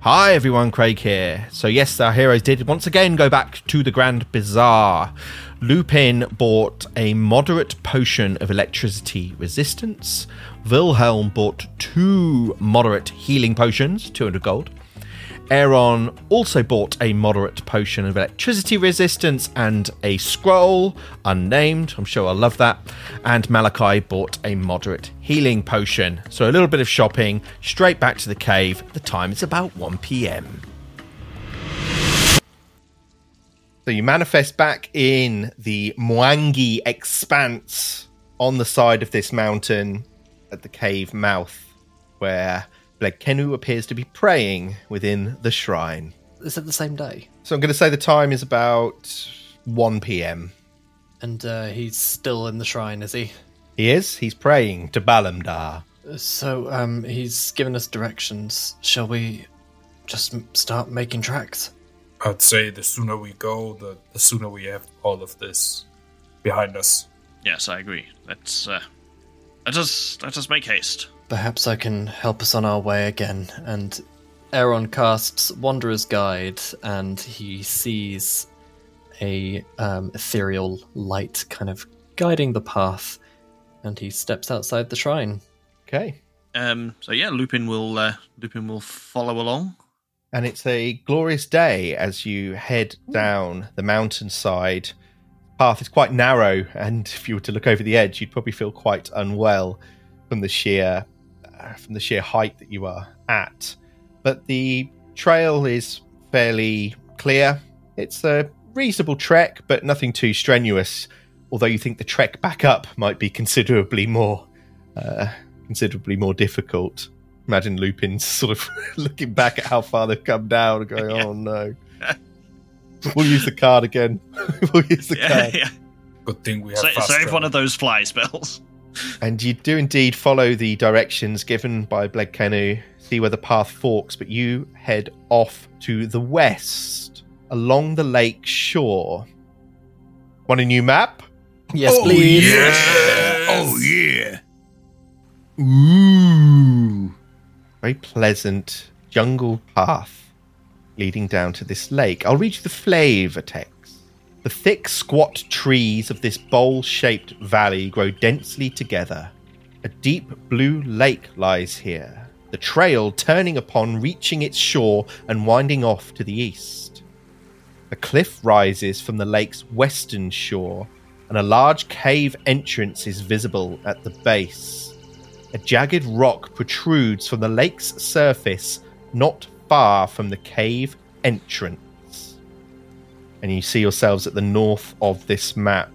A: Hi everyone, Craig here. So yes, our heroes did once again go back to the Grand Bazaar. Lupin bought a moderate potion of electricity resistance. Wilhelm bought two moderate healing potions, 200 gold. Aaron also bought a moderate potion of electricity resistance and a scroll, unnamed. I'm sure I'll love that. And Malachi bought a moderate healing potion. So a little bit of shopping, straight back to the cave. The time is about 1 pm. So you manifest back in the Mwangi expanse on the side of this mountain at the cave mouth, where Blegkenu appears to be praying within the shrine.
D: Is it the same day?
A: So I'm going to say the time is about 1 p.m.
D: And uh, he's still in the shrine, is he?
A: He is. He's praying to Balamdar.
D: So um, he's given us directions. Shall we just m- start making tracks?
F: I'd say the sooner we go, the, the sooner we have all of this behind us.
B: yes, I agree. Let's uh, let us let us make haste.
D: Perhaps I can help us on our way again. And Aaron casts Wanderer's Guide, and he sees a um, ethereal light kind of guiding the path. And he steps outside the shrine.
A: Okay.
B: Um, so yeah, Lupin will uh, Lupin will follow along.
A: And it's a glorious day as you head down the mountainside. Path is quite narrow, and if you were to look over the edge, you'd probably feel quite unwell from the sheer uh, from the sheer height that you are at. But the trail is fairly clear. It's a reasonable trek, but nothing too strenuous. Although you think the trek back up might be considerably more uh, considerably more difficult. Imagine Lupin sort of looking back at how far they've come down and going,
B: Yeah.
A: oh no. we'll use the card again. we'll use the
B: Yeah,
A: card.
B: yeah.
F: Good thing we have
B: Sa-
F: fast
B: save
F: travel.
B: one of those fly spells.
A: And you do indeed follow the directions given by Bledkenu, see where the path forks, but you head off to the west along the lake shore. Want a new map?
D: Yes, please.
F: Oh yeah.
A: Ooh. Very pleasant jungle path leading down to this lake. I'll read you the flavor text. The thick, squat trees of this bowl shaped valley grow densely together. A deep blue lake lies here, the trail turning upon reaching its shore and winding off to the east. A cliff rises from the lake's western shore, and a large cave entrance is visible at the base. A jagged rock protrudes from the lake's surface not far from the cave entrance. And you see yourselves at the north of this map.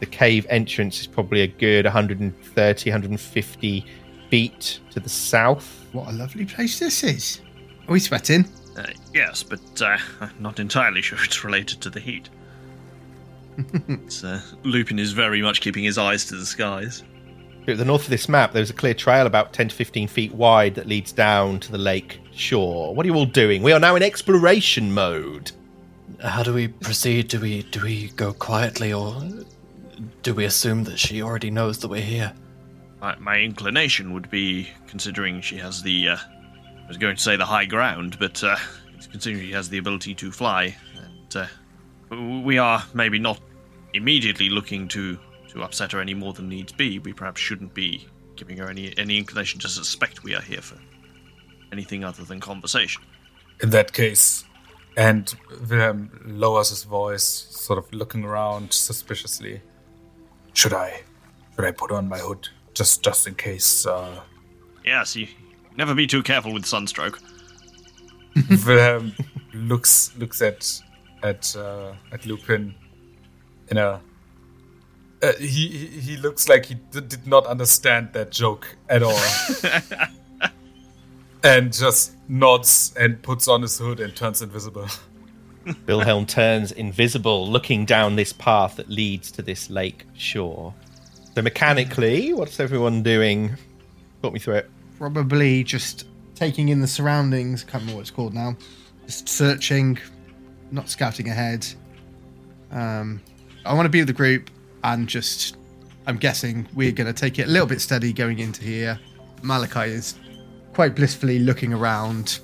A: The cave entrance is probably a good 130, 150 feet to the south.
E: What a lovely place this is. Are we sweating?
B: Uh, yes, but uh, I'm not entirely sure it's related to the heat. it's, uh, Lupin is very much keeping his eyes to the skies.
A: At the north of this map, there's a clear trail about 10 to 15 feet wide that leads down to the lake shore. What are you all doing? We are now in exploration mode.
D: How do we proceed? Do we do we go quietly, or do we assume that she already knows that we're here?
B: My, my inclination would be, considering she has the, uh, I was going to say the high ground, but uh, considering she has the ability to fly, and uh, w- we are maybe not immediately looking to to upset her any more than needs be, we perhaps shouldn't be giving her any any inclination to suspect we are here for anything other than conversation.
F: in that case. And Wilhelm lowers his voice, sort of looking around suspiciously. Should I, should I put on my hood just just in case? Uh,
B: Yes, you never be too careful with sunstroke.
F: Wilhelm looks looks at at uh, at Lupin in a. Uh, he he he looks like he d- did not understand that joke at all, and just nods and puts on his hood and turns invisible.
A: Wilhelm turns invisible, looking down this path that leads to this lake shore. So, mechanically, what's everyone doing? Talk me through it.
E: Probably just taking in the surroundings. Can't remember what it's called now. Just searching, not scouting ahead. Um, I want to be with the group and just. I'm guessing we're going to take it a little bit steady going into here. Malachi is quite blissfully looking around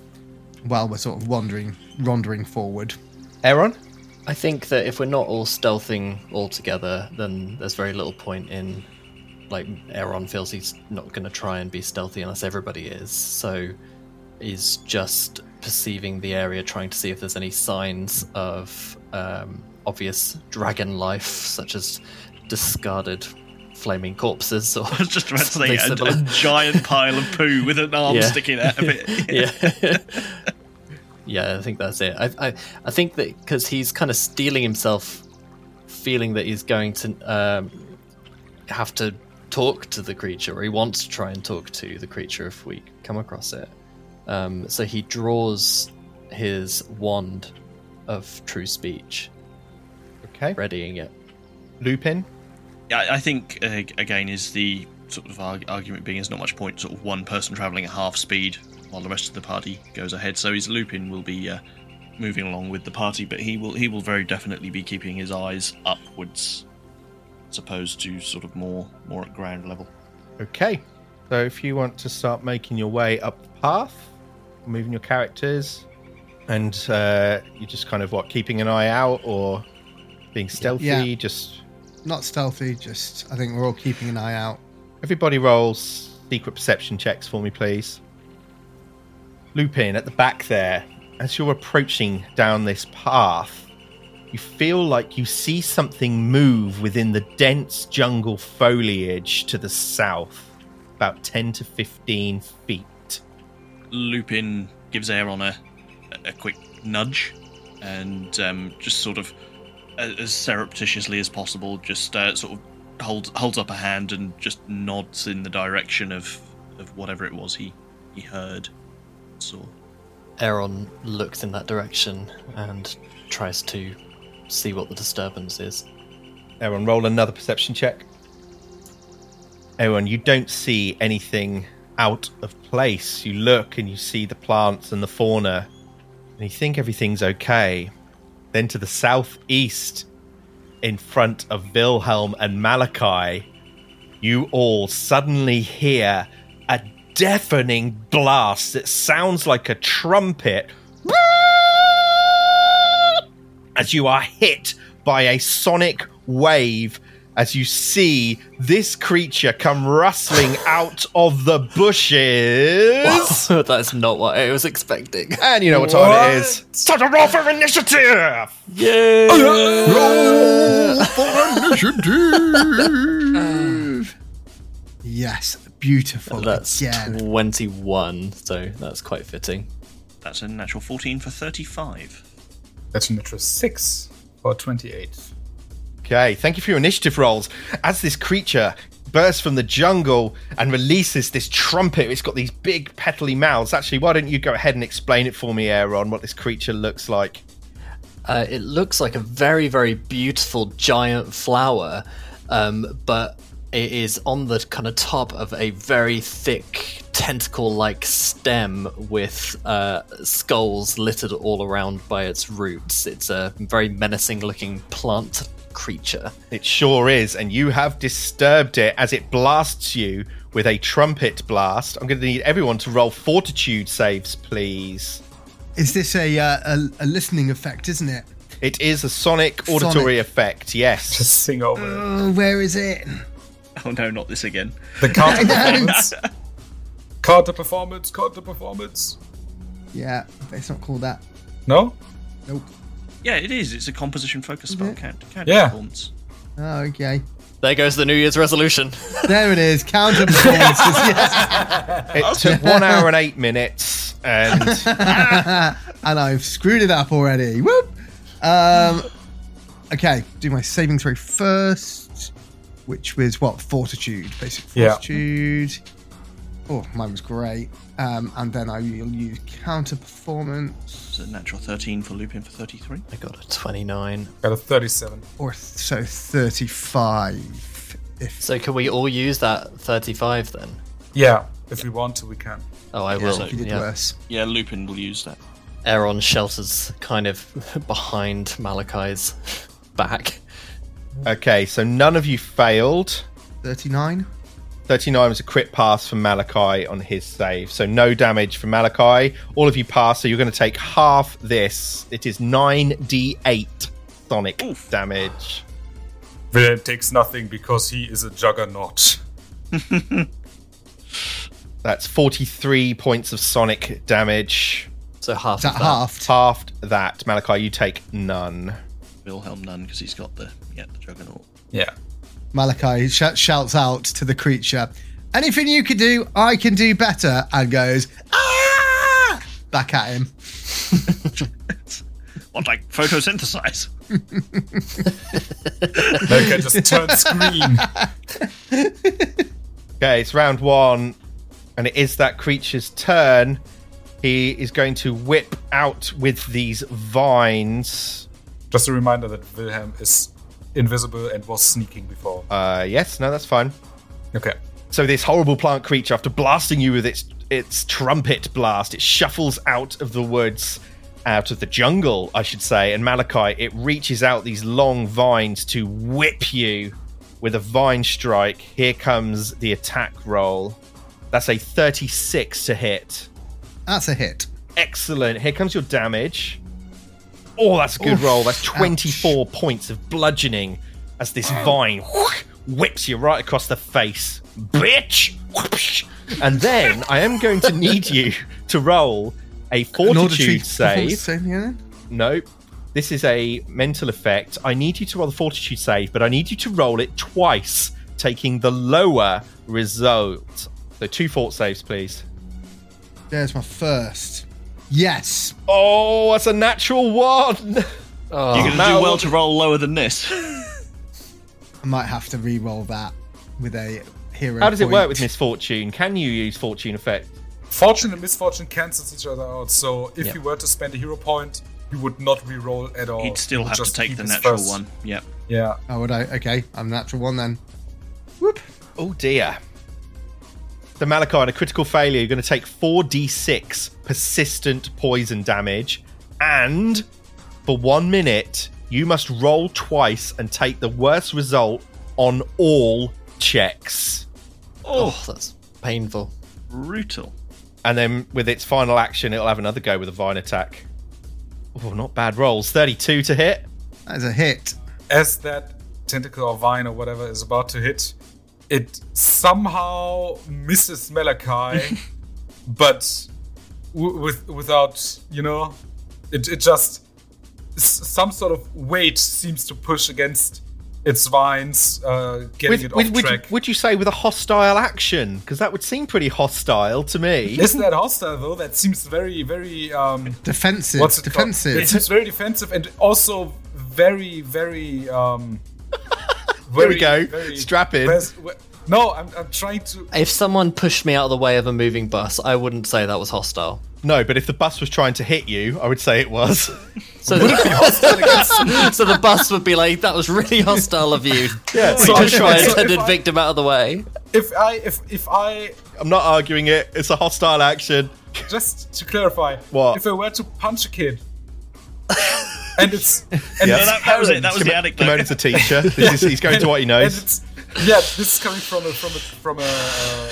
E: while we're sort of wandering, wandering forward.
A: Aaron?
D: I think that if we're not all stealthing all together, then there's very little point in. Like Aaron feels he's not going to try and be stealthy unless everybody is, so is just perceiving the area, trying to see if there's any signs of um, obvious dragon life, such as discarded flaming corpses or
B: I was just about to say a,
D: Something
B: a
D: similar.
B: giant pile of poo with an arm
D: Yeah.
B: sticking out of it.
D: yeah. yeah, I think that's it. I I, I think that because he's kind of stealing himself, feeling that he's going to um, have to talk to the creature, or he wants to try and talk to the creature if we come across it. Um, so he draws his wand of true speech,
A: Okay.
D: readying it.
A: Lupin?
B: Yeah, I I think uh, again is the sort of arg- argument being there's not much point sort of one person traveling at half speed while the rest of the party goes ahead. So his Lupin will be uh, moving along with the party, but he will he will very definitely be keeping his eyes upwards, as opposed to sort of more more at ground level.
A: Okay. So, if you want to start making your way up the path, moving your characters, and uh, you're just kind of what, keeping an eye out or being stealthy,
E: Yeah.
A: just
E: Not stealthy, just I think we're all keeping an eye out.
A: Everybody rolls secret perception checks for me, please. Lupin, at the back there, as you're approaching down this path, you feel like you see something move within the dense jungle foliage to the south, about 10 to 15 feet.
B: Lupin gives Aaron a, a quick nudge and um, just sort of, a- as surreptitiously as possible, just uh, sort of holds, holds up a hand and just nods in the direction of, of whatever it was he, he heard. So,
D: Aaron looks in that direction and tries to see what the disturbance is.
A: Aaron, roll another perception check. Aaron, you don't see anything out of place. You look and you see the plants and the fauna, and you think everything's okay. Then to the southeast, in front of Wilhelm and Malachi, you all suddenly hear a deafening blast that sounds like a trumpet as you are hit by a sonic wave as you see this creature come rustling out of the bushes.
D: That's not what I was expecting.
A: And you know what time it is.
C: It's time to roll for initiative!
E: Yes, beautiful.
D: That's
E: again.
D: 21, so that's quite fitting.
B: That's a natural 14 for 35.
F: That's a natural six or twenty-eight.
A: Okay, thank you for your initiative rolls. As this creature bursts from the jungle and releases this trumpet, it's got these big petally mouths. Actually, why don't you go ahead and explain it for me, Aaron, what this creature looks like?
D: Uh, it looks like a very, very beautiful giant flower, um, but it is on the kind of top of a very thick tentacle like stem with uh, skulls littered all around by its roots. It's a very menacing looking plant creature.
A: It sure is, and you have disturbed it as it blasts you with a trumpet blast. I'm going to need everyone to roll fortitude saves, please.
E: Is this a, uh, a a listening effect, isn't it?
A: It is a sonic auditory
E: Sonic.
A: effect, yes.
F: Just sing over it.
E: Oh, where is it?
B: Oh no, not this again.
F: the counter performance. counter performance. Counter performance.
E: Yeah, it's not called that.
F: No.
E: Nope.
B: Yeah, it is. It's a composition focus spell. Count, count
F: Yeah.
B: forms.
E: Oh, okay.
D: There goes the New Year's resolution.
E: There it is. Counter performances. yes.
A: It took one hour and eight minutes, and
E: And I've screwed it up already. Whoop. Um, okay, do my saving throw first, which was what? Fortitude. Basic
F: Yeah.
E: fortitude. Oh, mine was great. Um, and then I will use counter performance.
B: It's a natural 13 for Lupin for 33.
D: I got a 29.
F: Got a thirty-seven.
E: Or so 35. If
D: So can we all use that 35 then?
F: Yeah. If we want to, we can.
D: Oh, I
E: so
D: will.
E: if you did
D: yeah.
E: worse.
B: Yeah, Lupin will use that.
D: Aaron shelters kind of behind Malachi's back.
A: okay, so none of you failed.
E: 39.
A: 39 was a crit pass for Malachi on his save. So no damage for Malachi. All of you pass, so you're going to take half this. It is 9d8 sonic damage.
F: Wilhelm takes nothing because he is a juggernaut.
A: That's 43 points of sonic damage.
D: So half
E: Is that
D: of that.
E: halved?
A: Halved that. Malachi, you take none.
B: Wilhelm none because he's got the yeah the juggernaut.
F: Yeah.
E: Malachi sh- shouts out to the creature, "Anything you can do, I can do better," and goes ah! back at him.
B: What like photosynthesize?
F: Malika just turns green.
A: Okay, it's round one, and it is that creature's turn. He is going to whip out with these vines.
F: Just a reminder that Wilhelm is invisible and was sneaking before.
A: Uh, yes, no, that's fine.
F: Okay.
A: So this horrible plant creature, after blasting you with its its trumpet blast, it shuffles out of the woods, out of the jungle, I should say. And Malachi, it reaches out these long vines to whip you with a vine strike. Here comes the attack roll. That's a 36 to hit.
E: That's a hit.
A: Excellent. Here comes your damage. Oh, that's a good roll. That's 24 points of bludgeoning as this vine whips you right across the face. Bitch! Whoosh. And then I am going to need you to roll a fortitude save.
E: yeah.
A: Nope. This is a mental effect. I need you to roll the fortitude save, but I need you to roll it twice, taking the lower result. So two fort saves, please.
E: There's my first. Yes.
A: Oh, that's a natural one.
B: You're gonna
A: Matt,
B: do well
A: Oh, what-
B: to roll lower than this.
E: I might have to re-roll that with a hero.
A: How does it
E: point.
A: work with misfortune? Can you use fortune effect?
F: Fortune and misfortune cancels each other out, so if
D: Yeah.
F: you were to spend a hero point, you would not reroll at all.
B: He'd still
F: You would
B: have to
F: just
B: take
F: keep
B: the
F: his
B: natural
F: first.
B: one. Yep.
F: Yeah.
E: Oh, would I? Okay, I'm natural one then.
A: Oh dear. The Malachi on a critical failure, you're going to take 4d6 persistent poison damage, and for one minute, you must roll twice and take the worst result on all checks.
D: Oh, that's painful.
B: Brutal.
A: And then with its final action, it'll have another go with a vine attack. Oh, not bad rolls. 32 to hit.
E: That is a hit.
F: As that tentacle or vine or whatever is about to hit, it somehow misses Malachi, but w- with without you know, it it just s- some sort of weight seems to push against its vines, uh, getting
A: With,
F: it
A: with-
F: off
A: would, you,
F: track.
A: would you say with a hostile action? Because that would seem pretty hostile to me.
F: Isn't that hostile though? That seems very very um,
E: Defensive.
F: what's it called?
E: defensive.
F: It seems very defensive and also very, very. Um,
A: we
F: very-
A: go. Strap in.
F: Where's- where- No, I'm, I'm trying to.
D: If someone pushed me out of the way of a moving bus, I wouldn't say that was hostile.
A: No, but if the bus was trying to hit you, I would say it was.
D: So the, so the bus would be like, "That was really hostile of you." Yeah,
F: so
D: to
F: I-
D: try and
F: so
D: send
F: if I-
D: victim out of the way.
F: If I, if if I,
A: I'm not arguing it. It's a hostile action.
F: just to clarify,
A: What?
F: if I were to punch a kid, and it's and
A: Yeah.
F: it's
B: that, that was it.
F: parent-
B: That was the anecdote.
A: Ramon's a teacher. This is, he's going to what he
F: And
A: knows.
F: it's, yeah, this is coming from a from a from a uh,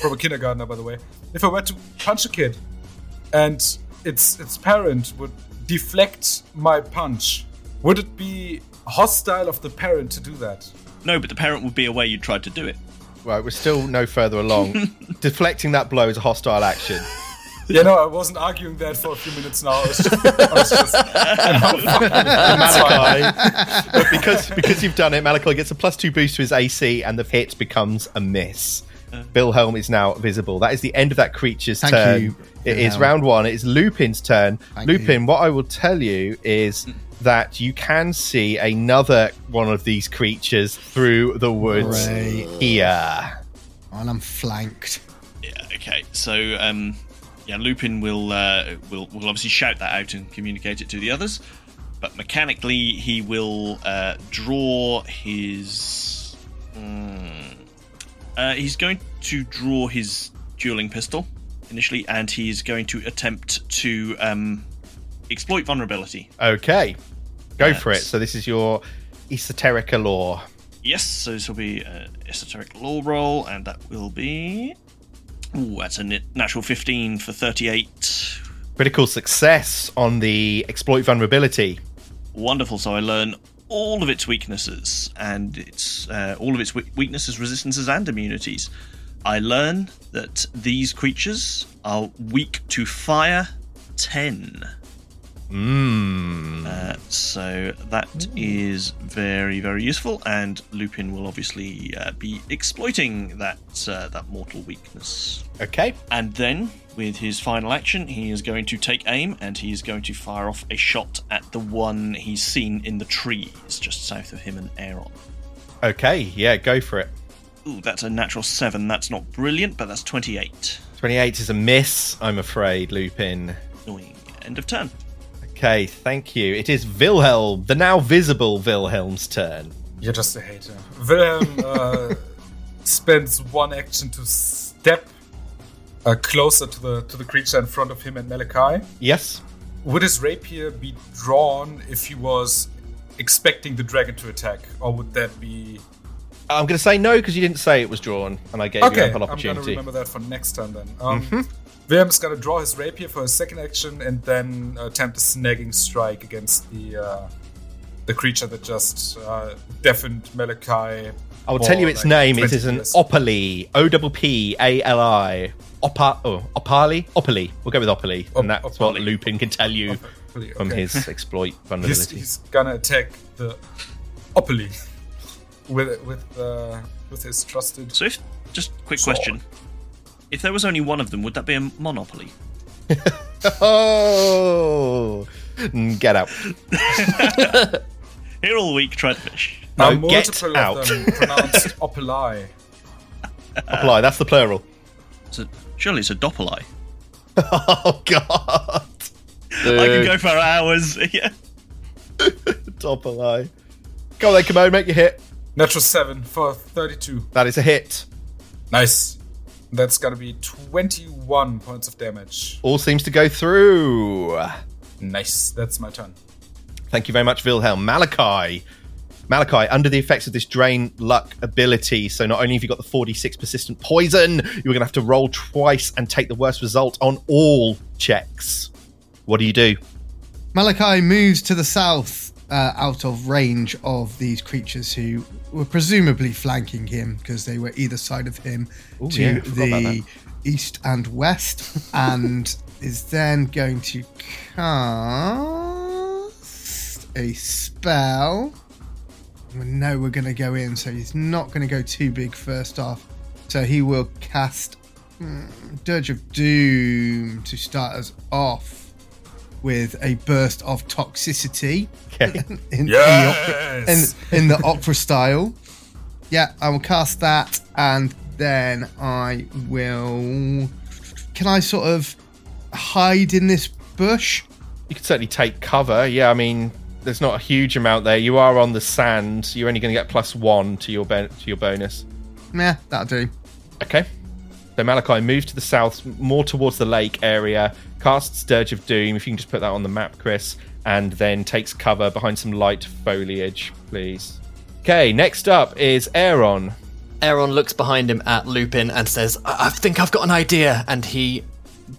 F: from a kindergartner, by the way. If I were to punch a kid, and its its parent would deflect my punch, would it be hostile of the parent to do that?
B: No, but the parent would be aware you tried to do it.
A: Right, we're still no further along. Deflecting that blow is a hostile action.
F: Yeah, no, I wasn't arguing that for a few minutes now. I was just, I was just
A: Malachi, but because because you've done it, Malachi gets a plus two boost to his AC, and the hit becomes a miss. Wilhelm is now visible. That is the end of that creature's
E: Thank
A: turn.
E: you,
A: it is
E: Wilhelm.
A: round one. It is Lupin's turn.
E: Thank
A: Lupin, what I will tell you is that you can see another one of these creatures through the woods
E: Great.
A: here.
E: and I'm flanked.
B: Yeah. Okay. So, um, yeah, Lupin will uh, will will obviously shout that out and communicate it to the others, but mechanically he will uh, draw his. Hmm. uh, he's going to draw his dueling pistol initially, and he's going to attempt to um, exploit vulnerability.
A: Okay, go for it.
B: That's-
A: So this is your esoteric lore.
B: Yes, so this will be an esoteric law roll, and that will be. Ooh, that's a nat- natural 15 for 38.
A: Critical success on the exploit vulnerability.
B: Wonderful. So I learn all of its weaknesses, and its uh, all of its we- weaknesses, resistances, and immunities. I learn that these creatures are weak to fire 10. Uh, so that is very, very useful, and Lupin will obviously uh, be exploiting that uh, that mortal weakness.
A: Okay.
B: And then, with his final action, he is going to take aim and he is going to fire off a shot at the one he's seen in the trees just south of him and Aeron.
A: Okay, yeah, go for it.
B: Ooh, that's a natural seven. That's not brilliant, but that's 28.
A: 28 is a miss, I'm afraid, Lupin.
B: Annoying. End of turn.
A: Okay, thank you. It is Wilhelm, the now visible Wilhelm's turn.
F: You're just a hater. Wilhelm uh, spends one action to step uh, closer to the to the creature in front of him and Malachi.
A: Yes.
F: Would his rapier be drawn if he was expecting the dragon to attack, or would that be
A: I'm going to say no because you didn't say it was drawn and I gave you
F: okay?
A: ample
F: I'm gonna
A: opportunity. Mm-hmm.
F: remember that for next time then. Um, Wilhelm's gonna draw his rapier for his second action and then attempt a snagging strike against the uh, the creature that just uh, deafened Malachi.
A: I will tell you
F: for,
A: its
F: like,
A: name. It
F: 20
A: is an
F: years.
A: Opali. O double P A L I. Opa, oh, Opali? Opali. We'll go with Opali.
F: Op-
A: and that's what
F: Opali.
A: Lupin can tell you
F: Opali,
A: from
F: okay.
A: his exploit
F: He's,
A: vulnerability.
F: he's gonna attack the Opali with with uh, with his trusted.
B: So, if just quick question if there was only one of them, would that be a monopoly?
A: Oh! Mm, Get out.
B: Here all week, tried fish.
A: No,
F: Are
A: get
F: multiple
A: out.
F: of them pronounced Opali.
A: Opali, that's the plural.
B: So, surely it's a doppeli.
A: Oh, God.
B: I could go for hours. yeah.
A: Opali. Go on then, Kamo, make your hit.
F: Natural 7 for 32.
A: That is a hit.
F: Nice. That's gonna be 21 points of damage.
A: All seems to go through.
F: Nice. That's my turn.
A: Thank you very much, Wilhelm. Malachi. Malachi, under the effects of this drain luck ability, so not only have you got the 46 persistent poison, you're going to have to roll twice and take the worst result on all checks. What do you do?
E: Malachi moves to the south uh, out of range of these creatures who were presumably flanking him because they were either side of him to
A: yeah, I forgot about
E: the east and west, and is then going to cast a spell. We know we're going to go in, so he's not going to go too big first off. So he will cast mm, Dirge of Doom to start us off with a burst of toxicity
A: Okay.
E: in, in, the,
F: Yes.
E: op- in, in the opera style. Yeah, I will cast that, and then I will. Can I sort of hide in this bush?
A: you can certainly take cover. Yeah, I mean, there's not a huge amount there. You are on the sand. You're only going to get plus one to your ben- to your bonus.
E: Nah, that'll do.
A: Okay. So Malachi moves to the south, more towards the lake area, casts Dirge of Doom, if you can just put that on the map, Chris, and then takes cover behind some light foliage, please. Okay, next up is Aaron.
D: Aaron looks behind him at Lupin and says, I, I think I've got an idea. And he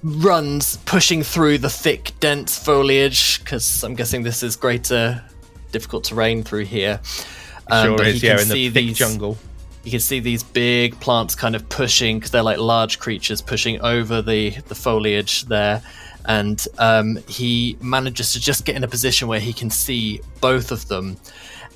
D: runs, pushing through the thick, dense foliage, because I'm guessing this is greater difficult terrain through here. Um,
A: sure
D: but
A: is,
D: he
A: yeah,
D: can
A: in the
D: see
A: thick
D: these-
A: jungle.
D: you can see these big plants kind of pushing because they're like large creatures pushing over the the foliage there and um, he manages to just get in a position where he can see both of them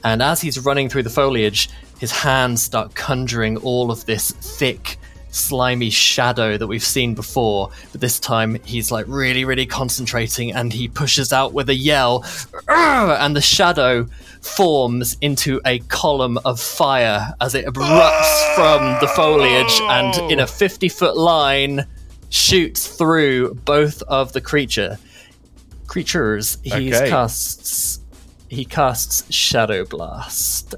D: and as he's running through the foliage his hands start conjuring all of this thick slimy shadow that we've seen before but this time he's like really really concentrating and he pushes out with a yell "Argh!" and the shadow forms into a column of fire as it erupts from the foliage and in a 50 foot line shoots through both of the creature creatures he
A: Okay.
D: casts he casts shadow blast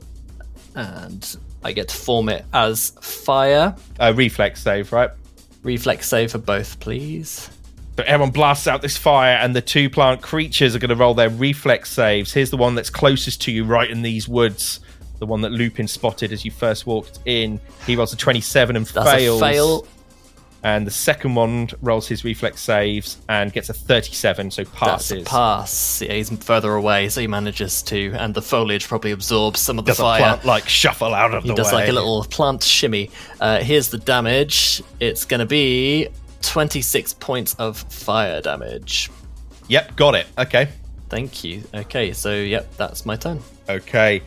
D: and i get to form it as fire
A: Uh, reflex save, right?
D: Reflex save for both, please.
A: So Aaron blasts out this fire, and the two plant creatures are going to roll their reflex saves. Here's the one that's closest to you, right in these woods. The one that Lupin spotted as you first walked in. He rolls a 27 and
D: That's
A: fails.
D: a fail.
A: And the second one rolls his reflex saves and gets a 37, so
D: That's
A: passes.
D: a pass. Yeah, he's further away, so he manages to, and the foliage probably absorbs some of the
A: Does a
D: fire.
A: plant like shuffle out of
D: he
A: the
D: does
A: way?
D: like a little plant shimmy. Uh, here's the damage. It's going to be 26 points of fire damage.
A: Yep, got it. Okay.
D: Thank you. Okay, so yep, that's my turn.
A: Okay.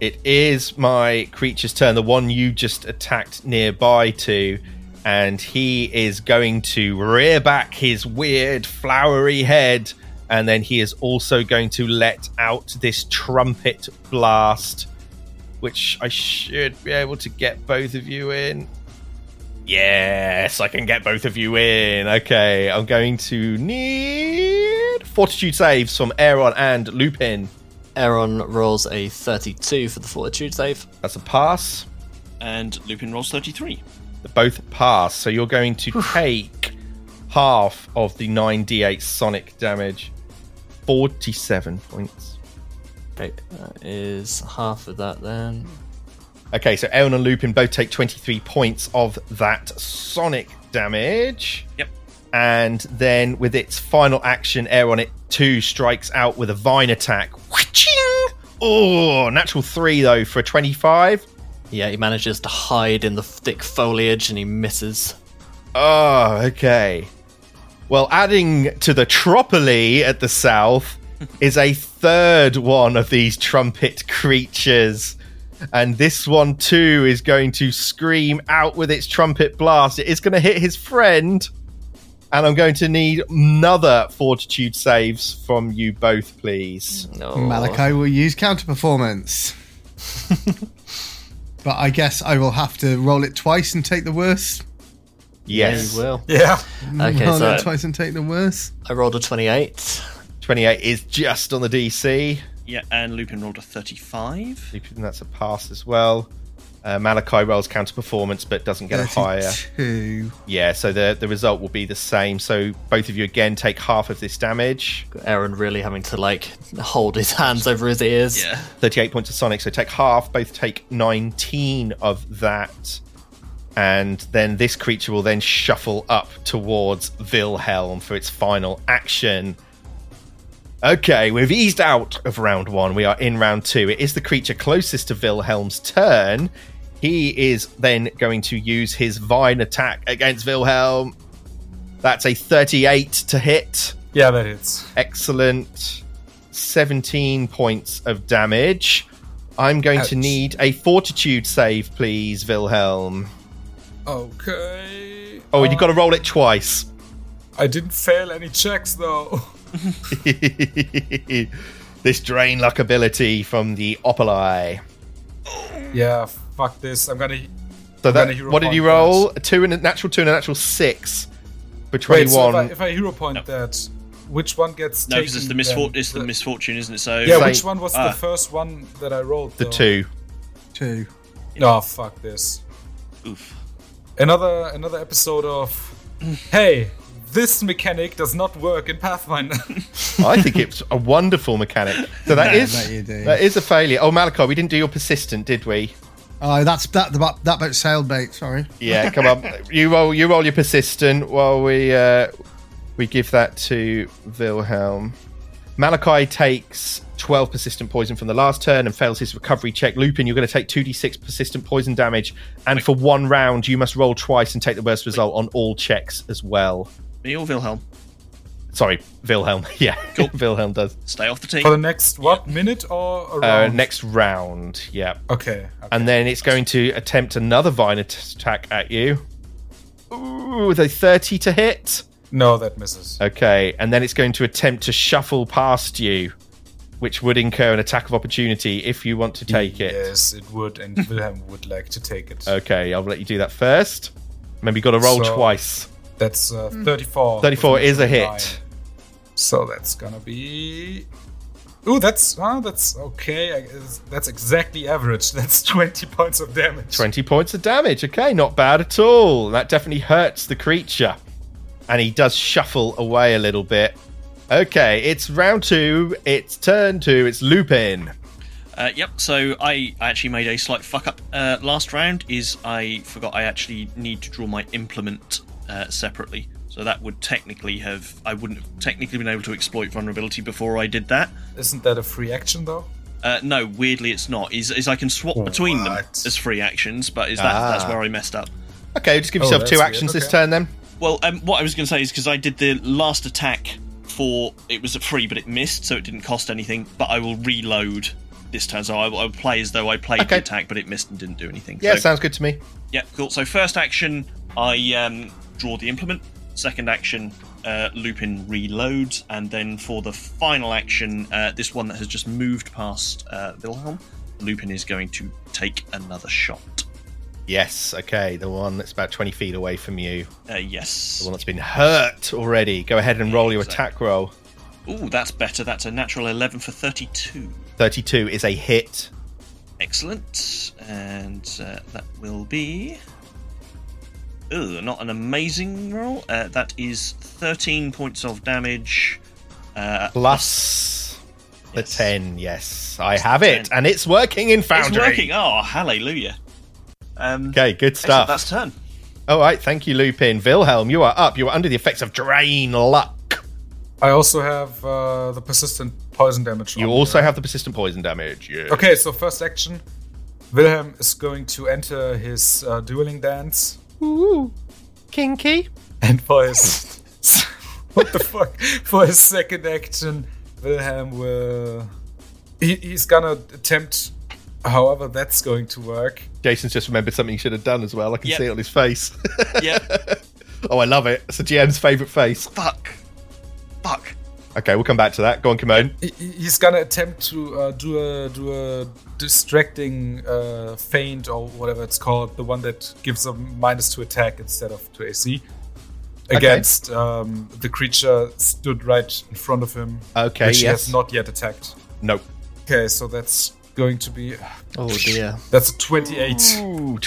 A: It is my creature's turn, the one you just attacked nearby to, and he is going to rear back his weird flowery head, and then he is also going to let out this trumpet blast, which I should be able to get both of you in. Yes, I can get both of you in. Okay, I'm going to need fortitude saves from Aaron and Lupin.
D: Aaron rolls a 32 for the fortitude save.
A: That's a pass.
B: And Lupin rolls 33.
A: Both pass. So you're going to take half of the 9d8 sonic damage. 47 points.
D: Okay, that is half of that then.
A: Okay, so Eln and Lupin both take 23 points of that sonic damage.
B: Yep.
A: And then with its final action, Aeron it too strikes out with a vine attack. Whaching! Oh, natural three though for a 25.
D: Yeah, he manages to hide in the thick foliage and he misses.
A: Oh, okay. Well, adding to the Tropoli at the south is a third one of these trumpet creatures. And this one, too, is going to scream out with its trumpet blast. It is going to hit his friend. And I'm going to need another fortitude saves from you both, please.
D: No.
E: Malachi will use counter performance. but I guess I will have to roll it twice and take the worst.
A: Yes.
D: You will.
F: Yeah.
D: Okay,
E: roll
D: so
E: it twice and take the worst.
D: I rolled a 28.
A: 28 is just on the DC.
B: Yeah, and Lupin rolled a 35.
A: Lupin, That's a pass as well. Uh, Malachi rolls counter performance, but doesn't get a higher.
E: 32.
A: Yeah, so the the result will be the same. So both of you again take half of this damage.
D: Aaron really having to like hold his hands over his ears.
B: Yeah.
A: 38 points of Sonic, so take half, both take 19 of that. And then this creature will then shuffle up towards Wilhelm for its final action. Okay, we've eased out of round one. We are in round two. It is the creature closest to Wilhelm's turn. He is then going to use his vine attack against Wilhelm. That's a 38 to hit.
F: Yeah, that hits.
A: Excellent. 17 points of damage. I'm going
F: Ouch.
A: to need a fortitude save, please, Wilhelm.
F: Okay.
A: Oh, and you've got to roll it twice.
F: I didn't fail any checks though.
A: this drain luck ability from the Opali.
F: yeah, fuck this. I'm gonna.
A: So
F: I'm gonna
A: that,
F: hero
A: what did
F: point
A: you
F: for
A: roll? A two and a natural two and a natural six for
F: Wait, so
A: twenty-one.
F: if, I, if I hero point that, which one gets?
B: No, because it's
F: taken
B: the misfortune.
F: then?
B: It's the misfortune, isn't it? So
F: Yeah,
A: Say-
F: which one was
B: Ah.
F: the first one that I rolled?
A: the
F: though?
A: two.
E: Two.
F: No, fuck this.
B: Oof.
F: Another another episode of. hey, this mechanic does not work in Pathfinder.
A: I think it's a wonderful mechanic. So that is
E: bet you do.
A: that is a failure. Oh, Malachi, we didn't do your persistent, did we?
E: Oh, that's that the that boat sailed, mate. Sorry.
A: Yeah, come on. You roll. You roll your persistent while we uh, we give that to Wilhelm. Malachi takes twelve persistent poison from the last turn and fails his recovery check. Lupin, you're going to take two d six persistent poison damage, and for one round, you must roll twice and take the worst result on all checks as well.
B: Me or Wilhelm,
A: Sorry, Wilhelm. Yeah,
B: Cool.
A: Wilhelm does.
B: stay off the
F: For the
B: team.
F: next what minute or a
A: Uh,
F: round?
A: next round. Yeah.
F: Okay. okay.
A: And then it's going to attempt another vine at- attack at you. Ooh, with a 30 to hit.
F: No, that misses.
A: Uh, Okay, and then it's going to attempt to shuffle past you, which would incur an attack of opportunity if you want to take it.
F: Yes, it would, and Wilhelm would like to take it.
A: Okay, I'll let you do that first. Remember, you got to roll
F: So-
A: twice.
F: That's uh, 34.
A: 34 is a hit.
F: Nine. So that's gonna be. Ooh, that's ah, that's okay. I guess that's exactly average. That's 20 points of damage.
A: 20 points of damage. Okay, not bad at all. That definitely hurts the creature. And he does shuffle away a little bit. Okay, it's round two. It's turn two. It's Lupin.
B: Uh, yep. So I, I actually made a slight fuck up uh, last round. Is I forgot I actually need to draw my implement uh, separately. So that would technically have I wouldn't have technically been able to exploit vulnerability before I did that.
F: Isn't that a free action though?
B: Uh, no, weirdly it's not. Is is I can swap between them
F: Oh, What? Ah.
B: as free actions, but is that that's where I messed up.
A: Okay, just give
F: Oh,
A: yourself
F: that's
A: two
F: weird.
A: actions this
F: Okay.
A: turn then.
B: Well, um, what I was going to say is because I did the last attack for it was a free, but it missed, so it didn't cost anything. But I will reload this turn, so I will I will play as though I played
A: Okay.
B: the attack, but it missed and didn't do anything.
A: Yeah,
B: so,
A: sounds good to me.
B: yeah, cool. So first action, I um, draw the implement. Second action, uh, Lupin reloads, and then for the final action, uh, this one that has just moved past uh, Wilhelm, Lupin is going to take another shot.
A: Yes, okay, the one that's about 20 feet away from you,
B: Uh, yes.
A: the one that's been hurt already. Go ahead and roll your
B: Exactly.
A: attack roll.
B: Ooh, that's better. That's a natural 11 for 32.
A: 32 is a hit.
B: Excellent. And uh, that will be. Ooh, not an amazing roll. Uh, that is 13 points of damage. Uh,
A: Plus the
B: Yes.
A: 10, yes. I have it,
B: 10.
A: and it's working in Foundry.
B: it's working. Oh, hallelujah. Um,
A: Okay, good
B: excellent.
A: stuff.
B: That's turn.
A: All right, thank you, Lupin. Wilhelm, you are up. You are under the effects of drain luck.
F: I also have uh, the persistent poison damage.
A: You
F: on
A: also
F: there.
A: have the persistent poison damage. Yeah.
F: Okay, so first action, Wilhelm is going to enter his uh, dueling dance.
A: Kinky.
F: And for his what the fuck? For his second action, Wilhelm will he, he's gonna attempt. However, that's going to work.
A: Jason's just remembered something he should have done as well. I can
B: Yep.
A: see it on his face.
B: Yep.
A: oh, I love it. It's the GM's favourite face.
B: Fuck. Fuck.
A: Okay, we'll come back to that. Go on, Kimon.
F: He, he- he's gonna attempt to uh, do a do a distracting uh, feint or whatever it's called, the one that gives a minus to attack instead of to AC against um, the creature stood right in front of him,
A: Okay,
F: which he
A: yes.
F: has not yet attacked.
A: No.
F: Okay, so that's going to be
D: Oh dear.
F: that's a twenty-eight.
A: Ooh,
F: against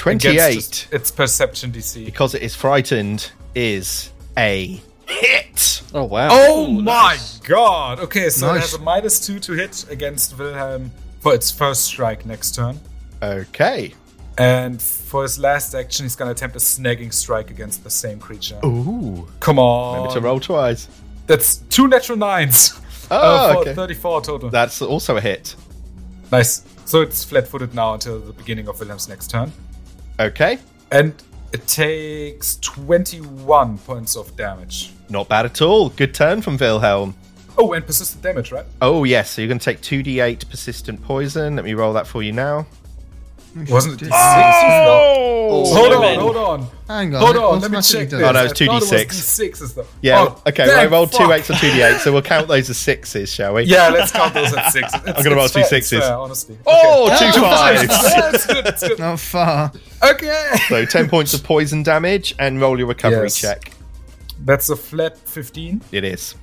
A: 28.
F: its perception DC.
A: Because it is frightened, is a hit.
D: Oh wow.
F: Oh my god! Okay, so it
E: Nice.
F: has a minus two to hit against Wilhelm for its first strike next turn.
A: Okay.
F: And for his last action, he's gonna attempt a snagging strike against the same creature.
A: Ooh.
F: Come on.
A: Remember to roll twice.
F: That's two natural nines. Uh,
A: Oh,
F: four-
A: okay.
F: 34 total.
A: That's also a hit.
F: nice. So it's flat footed now until the beginning of Wilhelm's next turn.
A: Okay.
F: And it takes 21 points of damage.
A: Not bad at all. Good turn from Wilhelm.
F: Oh, and persistent damage, right?
A: Oh, yes. So you're going to take 2d8 persistent poison. Let me roll that for you now.
F: Wasn't it?
A: Oh!
F: hold on, hold on.
E: Hang on.
F: Hold
E: it
F: on, let me
E: automatically
F: check
E: does
F: this.
A: Oh,
E: it.
A: no, it's
F: I thought it was
A: 2d6.
F: D6 is the-
A: Yeah.
F: Oh,
A: okay,
F: damn,
A: I rolled two
F: fuck.
A: eights and two d8, so we'll count those as sixes, shall we?
F: Yeah, let's count those as sixes. It's-
A: I'm gonna roll
F: it's
A: two
F: fair, it's
A: sixes.
F: fair, honestly.
A: Oh, two
F: Okay.
A: fives.
F: Yeah, it's good, it's good.
E: Not far.
F: Okay.
A: so 10 points of poison damage and roll your recovery
F: Yes.
A: check.
F: That's a flat 15.
A: It is.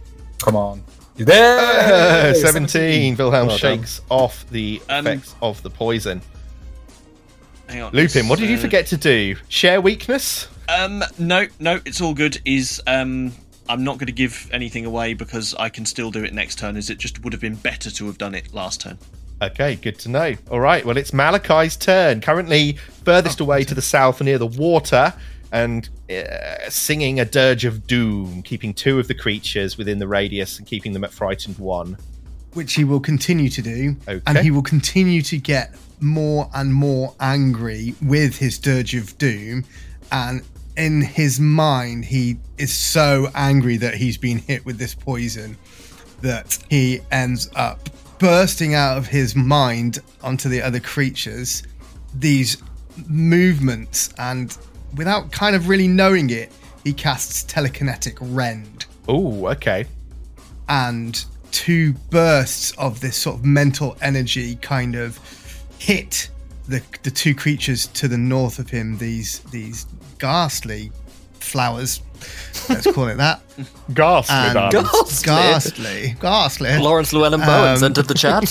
F: Come on. You there?
A: Uh,
F: Hey,
A: 17. Wilhelm
F: Well done.
A: shakes off the
B: Um,
A: effects of the poison.
B: Hang on.
A: Lupin, what did
E: uh,
A: you
B: So-
A: forget to do? Share weakness?
B: Um, no, no, it's all good. Is um, I'm not going to give anything away because I can still do it next turn. Is it just would have been better to have done it last turn?
A: Okay, good to know. All right, well, it's Malachi's turn. Currently furthest
E: Oh,
A: away to the south near the water and uh, singing a dirge of doom, keeping two of the creatures within the radius and keeping them at frightened one.
E: Which he will continue to do. And
A: Okay.
E: he will continue to get more and more angry with his Dirge of Doom. And in his mind, he is so angry that he's been hit with this poison that he ends up bursting out of his mind onto the other creatures. These movements, and without kind of really knowing it, he casts telekinetic rend
A: Oh, okay.
E: and two bursts of this sort of mental energy kind of hit the the two creatures to the north of him these these ghastly flowers let's call it that
A: Ghastly.
E: and
A: darling.
D: Ghastly?
E: ghastly ghastly
D: Lawrence Llewellyn Bowen's entered the chat.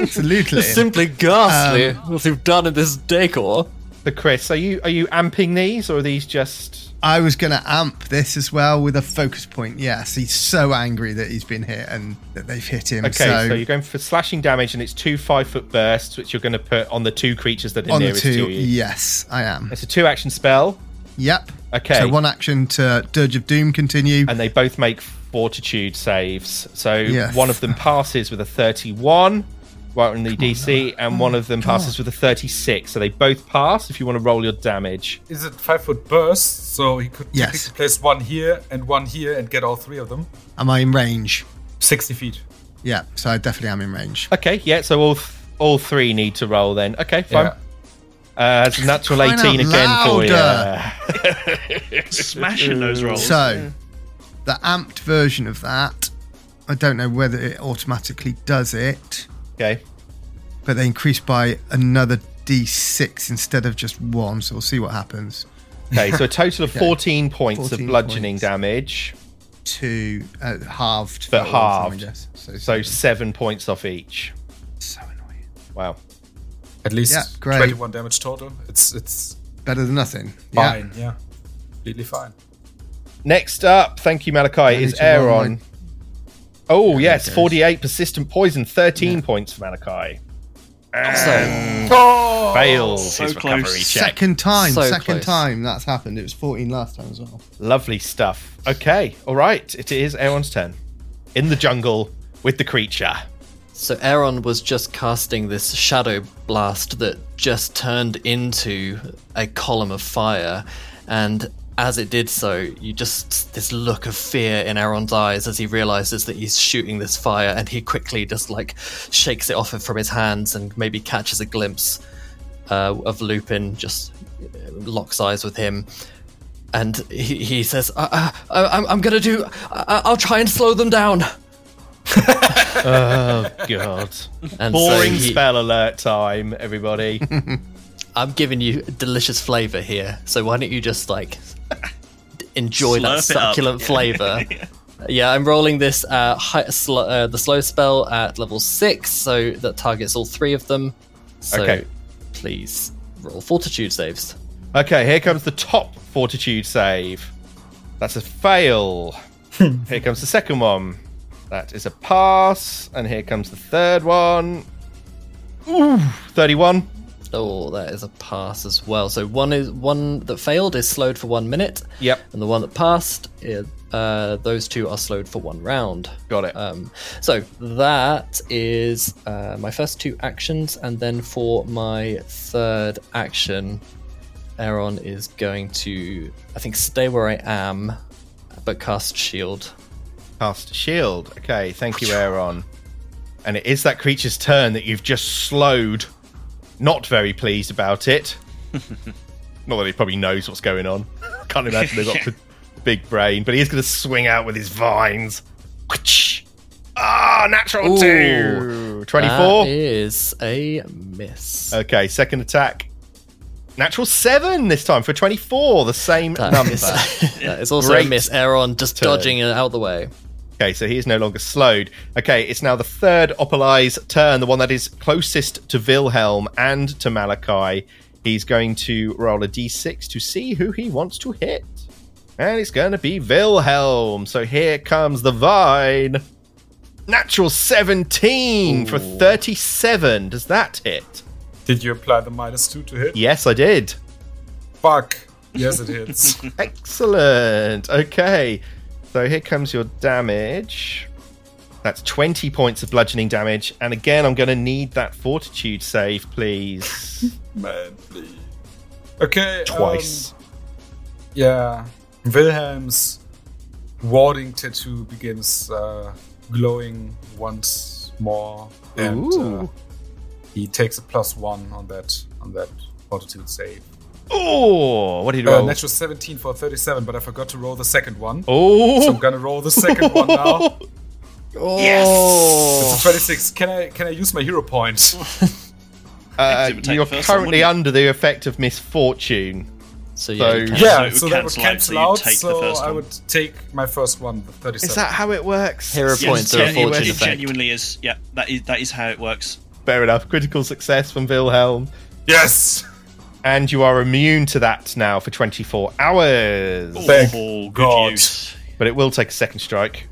E: absolutely
D: Simply ghastly. what you've done in this decor.
A: So, Chris, are you are you amping these or are these just.
E: i was gonna amp this as well with a focus point yes he's so angry that he's been hit and that they've hit him
A: Okay, so,
E: so
A: you're going for slashing damage and it's two five foot bursts, which you're going to put on the two creatures that are
E: on the
A: nearest
E: two
A: to you.
E: yes i am
A: It's a two action spell.
E: yep
A: Okay.
E: so one action to dirge of doom continue
A: and they both make fortitude saves. So
E: Yeah.
A: one of them passes with a 31 right on the DC,
E: Oh
A: and one of them passes with a 36. So they both pass if you want to roll your damage.
F: Is it five foot burst? So he could
E: Yes.
F: technically place one here and one here and get all three of them.
E: am i in range
F: 60 feet.
E: Yeah, so I definitely am in range.
A: Okay, yeah, so all th- all three need to roll then. Okay, fine.
F: Yeah.
A: Uh, it's a natural
E: Crying
A: 18
E: out
A: again for
E: louder.
A: you.
B: Smashing those rolls.
E: So, the amped version of that, I don't know whether it automatically does it,
A: Okay.
E: but they increase by another d6 instead of just one, so we'll see what happens.
A: Okay, so a total of 14 points
E: 14
A: of bludgeoning
E: points.
A: damage,
E: Two uh, halved.
A: but
E: for all of them,
A: halved.
E: I guess. So,
A: so seven points off each.
E: so annoying.
A: Wow.
F: At least
E: Yeah, great.
F: 21 damage total. It's it's
E: Better than nothing. Yeah.
F: fine, yeah. Completely fine.
A: Next up, thank you, Malachi,
E: need
A: is
E: to roll my-
A: Aaron. Oh, yes,
E: goes.
A: 48 persistent poison, 13 points for Malachi.
F: Oh!
A: Fails
B: so
A: his
B: close.
A: recovery check.
E: Second time,
D: So
E: second
D: close.
E: time that's happened. It was 14 last time as well.
A: Lovely stuff. Okay, all right, it is Aaron's turn. In the jungle with the creature.
D: So Aaron was just casting this shadow blast that just turned into a column of fire, and as it did so, you just this look of fear in Aaron's eyes as he realizes that he's shooting this fire, and he quickly just like shakes it off from his hands and maybe catches a glimpse uh, of Lupin, just uh, locks eyes with him, and he, he says, uh, uh, I, I'm, "I'm gonna do. I, I'll try and slow them down."
A: God.
D: And so
A: Boring
D: he-
A: spell alert time, everybody.
D: I'm giving you delicious flavor here, so why don't you just like enjoy
B: Slurp
D: that
B: it up.
D: succulent flavor? yeah. I'm rolling this uh, high, sl- uh, the slow spell at level six, so that targets all three of them. So
A: Okay.
D: please roll fortitude saves.
A: Okay, here comes the top fortitude save. That's a fail. here comes the second one. That is a pass. And here comes the third one. Ooh, 31.
D: Oh, that is a pass as well. So one is one that failed is slowed for one minute.
A: Yep.
D: And the one that passed, is, uh, those two are slowed for one round.
A: Got it.
D: Um, so that is uh, my first two actions, and then for my third action, Aaron is going to, I think, stay where I am, but cast shield.
A: Cast shield. Okay, thank you, Aaron. And it is that creature's turn that you've just slowed. Not very pleased about it. Not that he probably knows what's going on. Can't imagine they've got a big brain, but he is going to swing out with his vines. Ah, natural two. 24.
D: That is a miss.
A: Okay, second attack. Natural seven this time for 24, the same
D: That
A: number.
D: is, that is also
A: Great
D: a miss. Aaron just
A: turn.
D: dodging it out the way.
A: Okay, so he is no longer slowed. Okay, it's now the third Opalai's turn, the one that is closest to Wilhelm and to Malachi. He's going to roll a d6 to see who he wants to hit. And it's going to be Wilhelm. So here comes the vine. Natural 17 for 37. Does that hit?
F: Did you apply the minus two to hit?
A: Yes, I did.
F: Fuck. Yes, it hits.
A: Excellent. Okay. So here comes your damage. That's 20 points of bludgeoning damage. And again, I'm going to need that fortitude save, please.
F: Man, please. Okay. um,
A: Twice.
F: yeah. Wilhelm's warding tattoo begins uh, glowing once more, and uh,
A: Ooh.
F: he takes a plus one on that on that fortitude save.
A: oh, what did you
F: Uh,
A: roll?
F: natural 17 for 37, but I forgot to roll the second one.
A: oh,
F: So I'm gonna roll the second one now.
A: yes.
B: Oh.
F: It's a 36. Can I can I use my hero point?
A: Uh,
B: Actually, we'll take
A: you're
B: the first one,
A: currently
B: wouldn't
A: under the effect of misfortune.
D: So yeah,
A: So-
D: you can.
B: Yeah,
F: Yeah,
B: it would
F: so that would
B: cancel out,
F: cancel
B: so
F: out.
B: you'd take the
F: So
B: first
F: I
B: one.
F: would take my first one, the 37.
A: Is that how it works?
D: Hero
B: Yes,
D: points are a
B: gen- it,
D: fortune
B: it
D: effect.
B: genuinely is. Yeah, that is that is how it works.
A: Fair enough. Critical success from Wilhelm.
F: Yes!
A: And you are immune to that now for 24 hours.
F: Thank
B: oh, good
F: God.
B: use.
A: but it will take a second strike.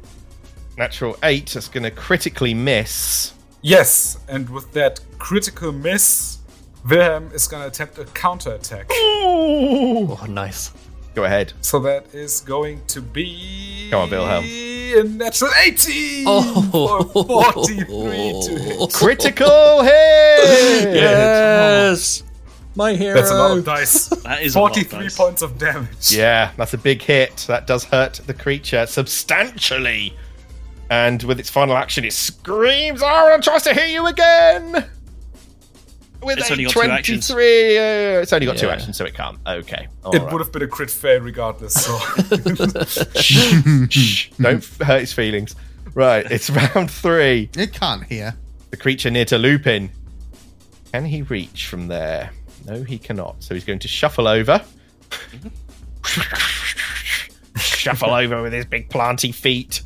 A: Natural eight, that's going to critically miss.
F: Yes, and with that critical miss, Wilhelm is gonna attempt a counterattack.
D: Oh, nice.
A: Go ahead.
F: so that is going to be.
A: Come on, Wilhelm.
F: A natural 80!
D: Oh.
F: For 43 to hit.
A: Critical hit!
D: Yes, my hero.
F: That's a lot of dice.
B: That is a lot,
F: 43
B: guys.
F: points of damage.
A: Yeah, that's a big hit. That does hurt the creature substantially. And with its final action, it screams, Aaron tries to hit you again! With
B: It's
A: a
B: only got two
A: 23.
B: actions.
A: uh, it's only got two
D: Yeah.
A: actions, so it can't. Okay. all
F: It
A: right.
F: would have been a crit fail regardless, so.
A: Shh, Don't f- hurt its feelings. Right, it's round three.
E: It can't hear.
A: the creature near to Lupin. Can he reach from there? No, he cannot. So he's going to shuffle over. shuffle over with his big planty feet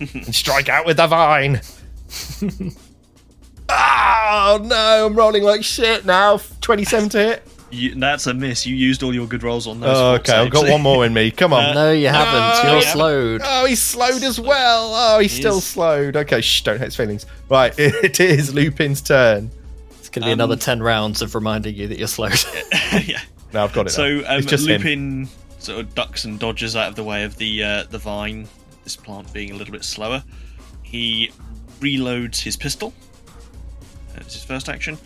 A: and strike out with the vine. oh no, I'm rolling like shit now. 27 to hit.
B: You, that's a miss. You used all your good rolls on those.
A: Oh,
B: fort
A: okay, I've got
B: saves.
A: one more in me. Come
B: Uh,
A: on.
D: No, you haven't.
A: No,
D: You're
A: you
D: slowed.
A: Oh, he's slowed as well. Oh, he's still
B: is.
A: slowed. Okay, shh, don't hurt his feelings. Right, it is Lupin's turn.
D: It's gonna be another ten rounds of reminding you that you're slowed.
B: yeah.
A: Now I've got it.
B: So
A: now.
B: um,
A: it's just him.
B: Lupin sort of ducks and dodges out of the way of the uh, the vine. This plant being a little bit slower, he reloads his pistol. That's his first action,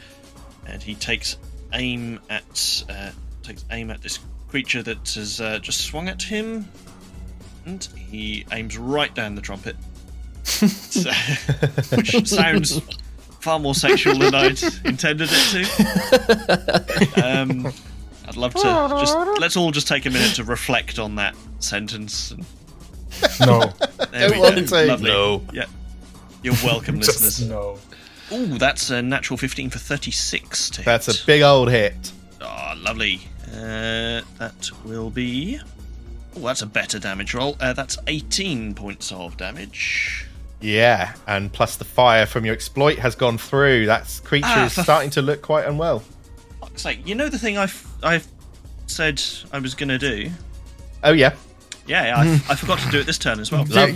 B: and he takes aim at uh, takes aim at this creature that has uh, just swung at him, and he aims right down the trumpet, So- which sounds far more sexual than I'd intended it to. Um, I'd love to just let's all just take a minute to reflect on that sentence. And
F: no.
B: there
A: Don't
B: we
A: want
B: go.
A: to.
B: Lovely.
A: No.
B: Yeah. You're welcome,
F: Just
B: listeners.
F: no.
B: Ooh, that's a natural 15 for 36 to
A: That's
B: hit.
A: a big old hit.
B: Ah, lovely. Uh, that will be. Oh, that's a better damage roll. Uh, that's 18 points of damage.
A: Yeah, and plus the fire from your exploit has gone through. That creature
B: Ah,
A: is
B: for-
A: starting to look quite unwell.
B: Fuck's sake, you know the thing I've, I've said I was going to do?
A: Oh yeah,
B: Yeah, yeah, I, I forgot to do it this turn as well.
A: lovely.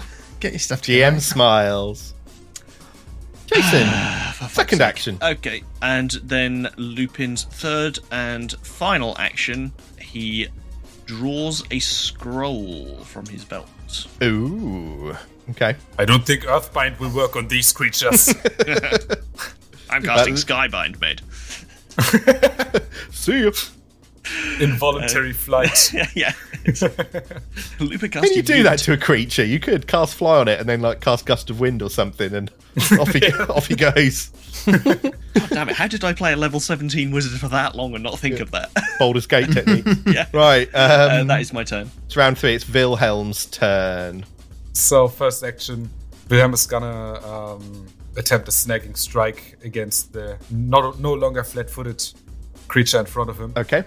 E: Get your stuff together.
B: Ah,
A: GM smiles. Jason, Second action.
B: Okay, and then Lupin's third and final action, he draws a scroll from his belt.
A: Ooh. Okay.
F: I don't think Earthbind will work on these creatures.
B: I'm casting Skybind, mate.
A: See you.
F: Involuntary flight.
B: yeah, yeah. Lupin
A: Can you
B: casting
A: do that to a creature? You could cast fly on it and then like cast gust of wind or something, and off he off he goes.
B: Damn it! How did I play a level 17 wizard for that long and not think of that?
A: Baldur's Gate technique.
B: Yeah.
A: Right.
B: Uh,
A: Um,
B: that is my turn.
A: it's round three. It's Wilhelm's turn.
F: so first action, Wilhelm is gonna um, attempt a snagging strike against the no, no longer flat-footed creature in front of him.
A: Okay.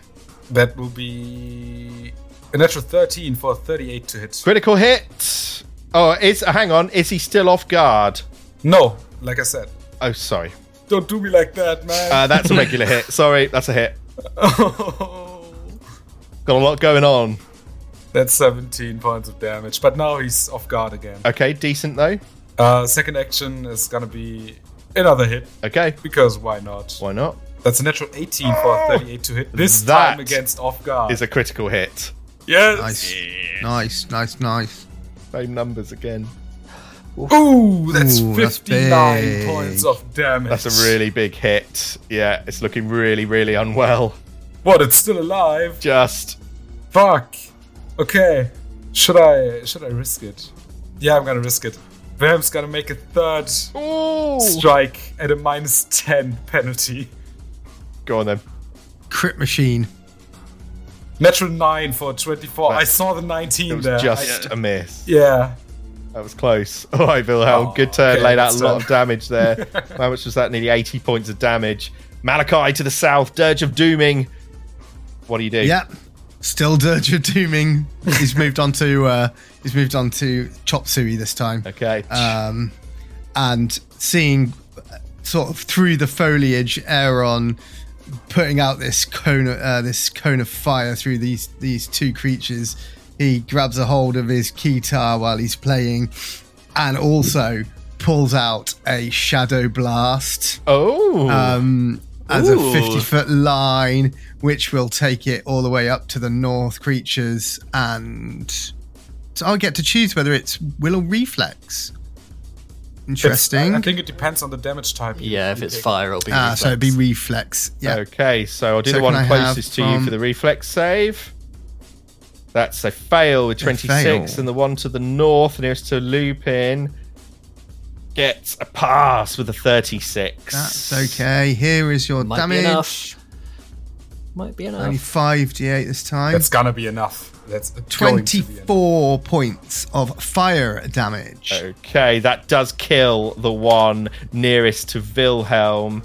F: That will be a natural 13 for a 38 to hit.
A: Critical hit. Oh, is hang on. Is he still off guard?
F: No, like I said,
A: Oh, sorry.
F: don't do me like that, man.
A: Uh, that's a regular hit. Sorry, that's a hit.
F: Oh,
A: Got a lot going on.
F: That's 17 points of damage, but now he's off guard again.
A: Okay, decent though.
F: Uh, second action is gonna be another hit,
A: Okay,
F: because why not?
A: why not?
F: That's a natural 18 for a 38 to hit. This
A: That
F: time against off guard.
A: Is a critical hit.
F: yes!
E: Nice. Nice, nice, nice.
A: Same numbers again.
F: Ooh, that's
E: Ooh, that's
F: 59
E: big.
F: points of damage.
A: That's a really big hit. Yeah, it's looking really, really unwell.
F: What, it's still alive?
A: Just
F: Fuck. Okay. Should I should I risk it? Yeah, I'm gonna risk it. Vam's gonna make a third strike at a minus ten penalty.
A: go on then.
E: Crit machine.
F: Natural nine for twenty-four. I saw the nineteen
A: It was
F: there.
A: just
F: I-
A: a miss.
F: yeah.
A: That was close. All right, Wilhelm,
F: Oh,
A: good turn.
F: okay,
A: Laid out a
F: that's
A: lot
F: done.
A: of damage there. How much was that? Nearly 80 points of damage. Malachi to the south, Dirge of Dooming. What do you do?
E: Yep. Still Dirge of Dooming. He's moved on to uh, he's moved on to Chop Suey this time.
A: Okay.
E: um, and seeing uh, sort of through the foliage Aaron putting out this cone uh, this cone of fire through these these two creatures he grabs a hold of his guitar while he's playing and also pulls out a shadow blast
A: oh.
E: um, as a 50 foot line, which will take it all the way up to the north creatures. And so I'll get to choose whether it's will or reflex.
F: It's- I-
E: Interesting.
F: I think it depends on the damage type. you-
D: Yeah,
F: you
D: if it's
F: take.
D: fire, it'll be.
E: ah, so it'd be
D: reflex.
E: reflex. Yeah.
A: Okay, so I'll do
E: So
A: the
E: can I
A: one
E: have
A: closest to you
E: from-
A: for the reflex save. That's a fail with 26,
E: fail.
A: and the one to the north, nearest to Lupin, gets a pass with a 36.
E: That's okay. Here is your
D: Might be
E: damage.
D: enough. Might be enough.
E: Only 5d8 this time.
F: That's gonna be enough. That's going to be enough.
E: 24 points of fire damage.
A: Okay, that does kill the one nearest to Wilhelm,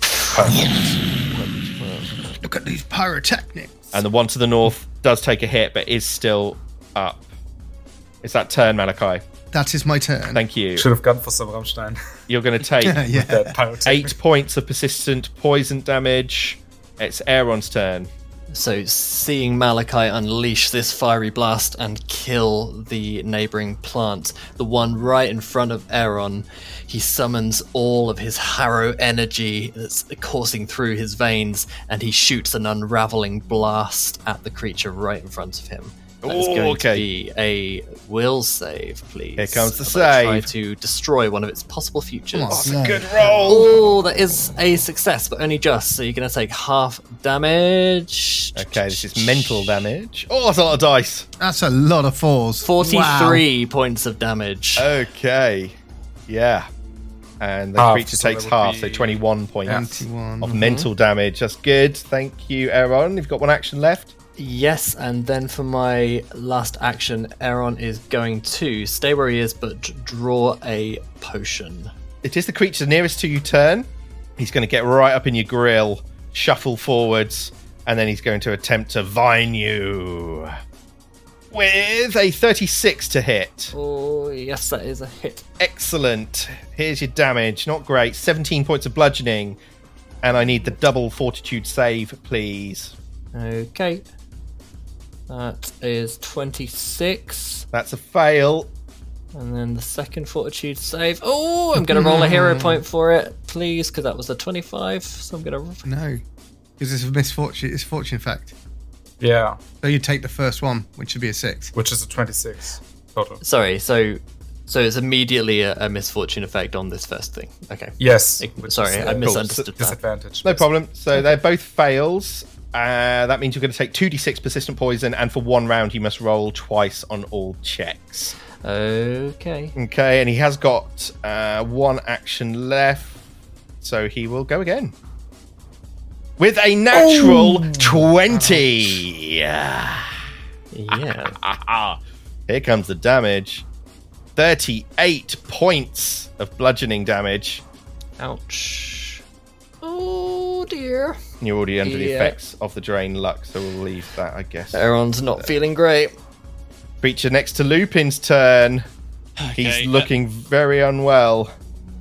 E: Look at these pyrotechnics.
A: and the one to the north does take a hit, but is still up. It's that turn, Malachi.
E: That is my turn.
A: Thank you.
F: Should have gone for some Rammstein.
A: You're going to take
E: yeah.
F: that pyrotechnic.
A: eight points of persistent poison damage. It's Aaron's turn.
D: So, seeing Malachi unleash this fiery blast and kill the neighboring plant, the one right in front of Aaron, he summons all of his harrow energy that's coursing through his veins and he shoots an unraveling blast at the creature right in front of him. That is
A: Ooh,
D: going
A: okay.
D: to be a will save, please.
A: Here comes the
D: As I Try
A: save.
D: to destroy one of its possible futures.
E: no.
D: Oh, that is a success, but only just. So you're going to take half damage.
A: Okay, this is mental damage. Oh, that's a lot of dice.
E: That's a lot of fours.
D: 43 points of damage.
A: Oh. Okay. Yeah. And the
F: Half,
A: creature
F: so
A: takes
F: that would
A: half, so
F: be
A: 21 points
E: 21,
A: of mental damage. That's good. Thank you, Aaron. You've got one action left.
D: Yes, and then for my last action, Aaron is going to stay where he is, but d- draw a potion.
A: It is the creature nearest to you turn. He's going to get right up in your grill, shuffle forwards, and then he's going to attempt to vine you with a 36 to hit.
D: Oh, yes, that is a hit.
A: Excellent. Here's your damage. Not great. 17 points of bludgeoning. And I need the double fortitude save, please.
D: Okay. That is 26.
A: That's a fail.
D: And then the second fortitude save. Oh, I'm going to roll a hero point for it, please, because that was a 25. So I'm going to.
E: No, because it's a misfortune. It's fortune effect.
F: Yeah,
E: So you take the first one, which would be a six.
F: which is a 26 total.
D: Sorry, so so it's immediately a, a misfortune effect on this first thing. Okay.
F: Yes.
D: Like,
F: which
D: Sorry,
F: is
D: I
F: a
D: misunderstood that.
F: Disadvantage.
A: No problem. So they're both fails. Uh, that means you're going to take 2d6 persistent poison, and for one round, you must roll twice on all checks.
D: Okay.
A: Okay, and he has got uh, one action left, so he will go again. With a natural 20.
D: Yeah.
A: Here comes the damage 38 points of bludgeoning damage.
D: Ouch. Oh dear.
A: And You're already under the
D: Yeah.
A: effects of the drain luck, so we'll leave that, I guess.
E: Uh,
D: Aaron's not feeling great.
A: Creature next to Lupin's turn. He's
B: Okay, uh,
A: looking very unwell.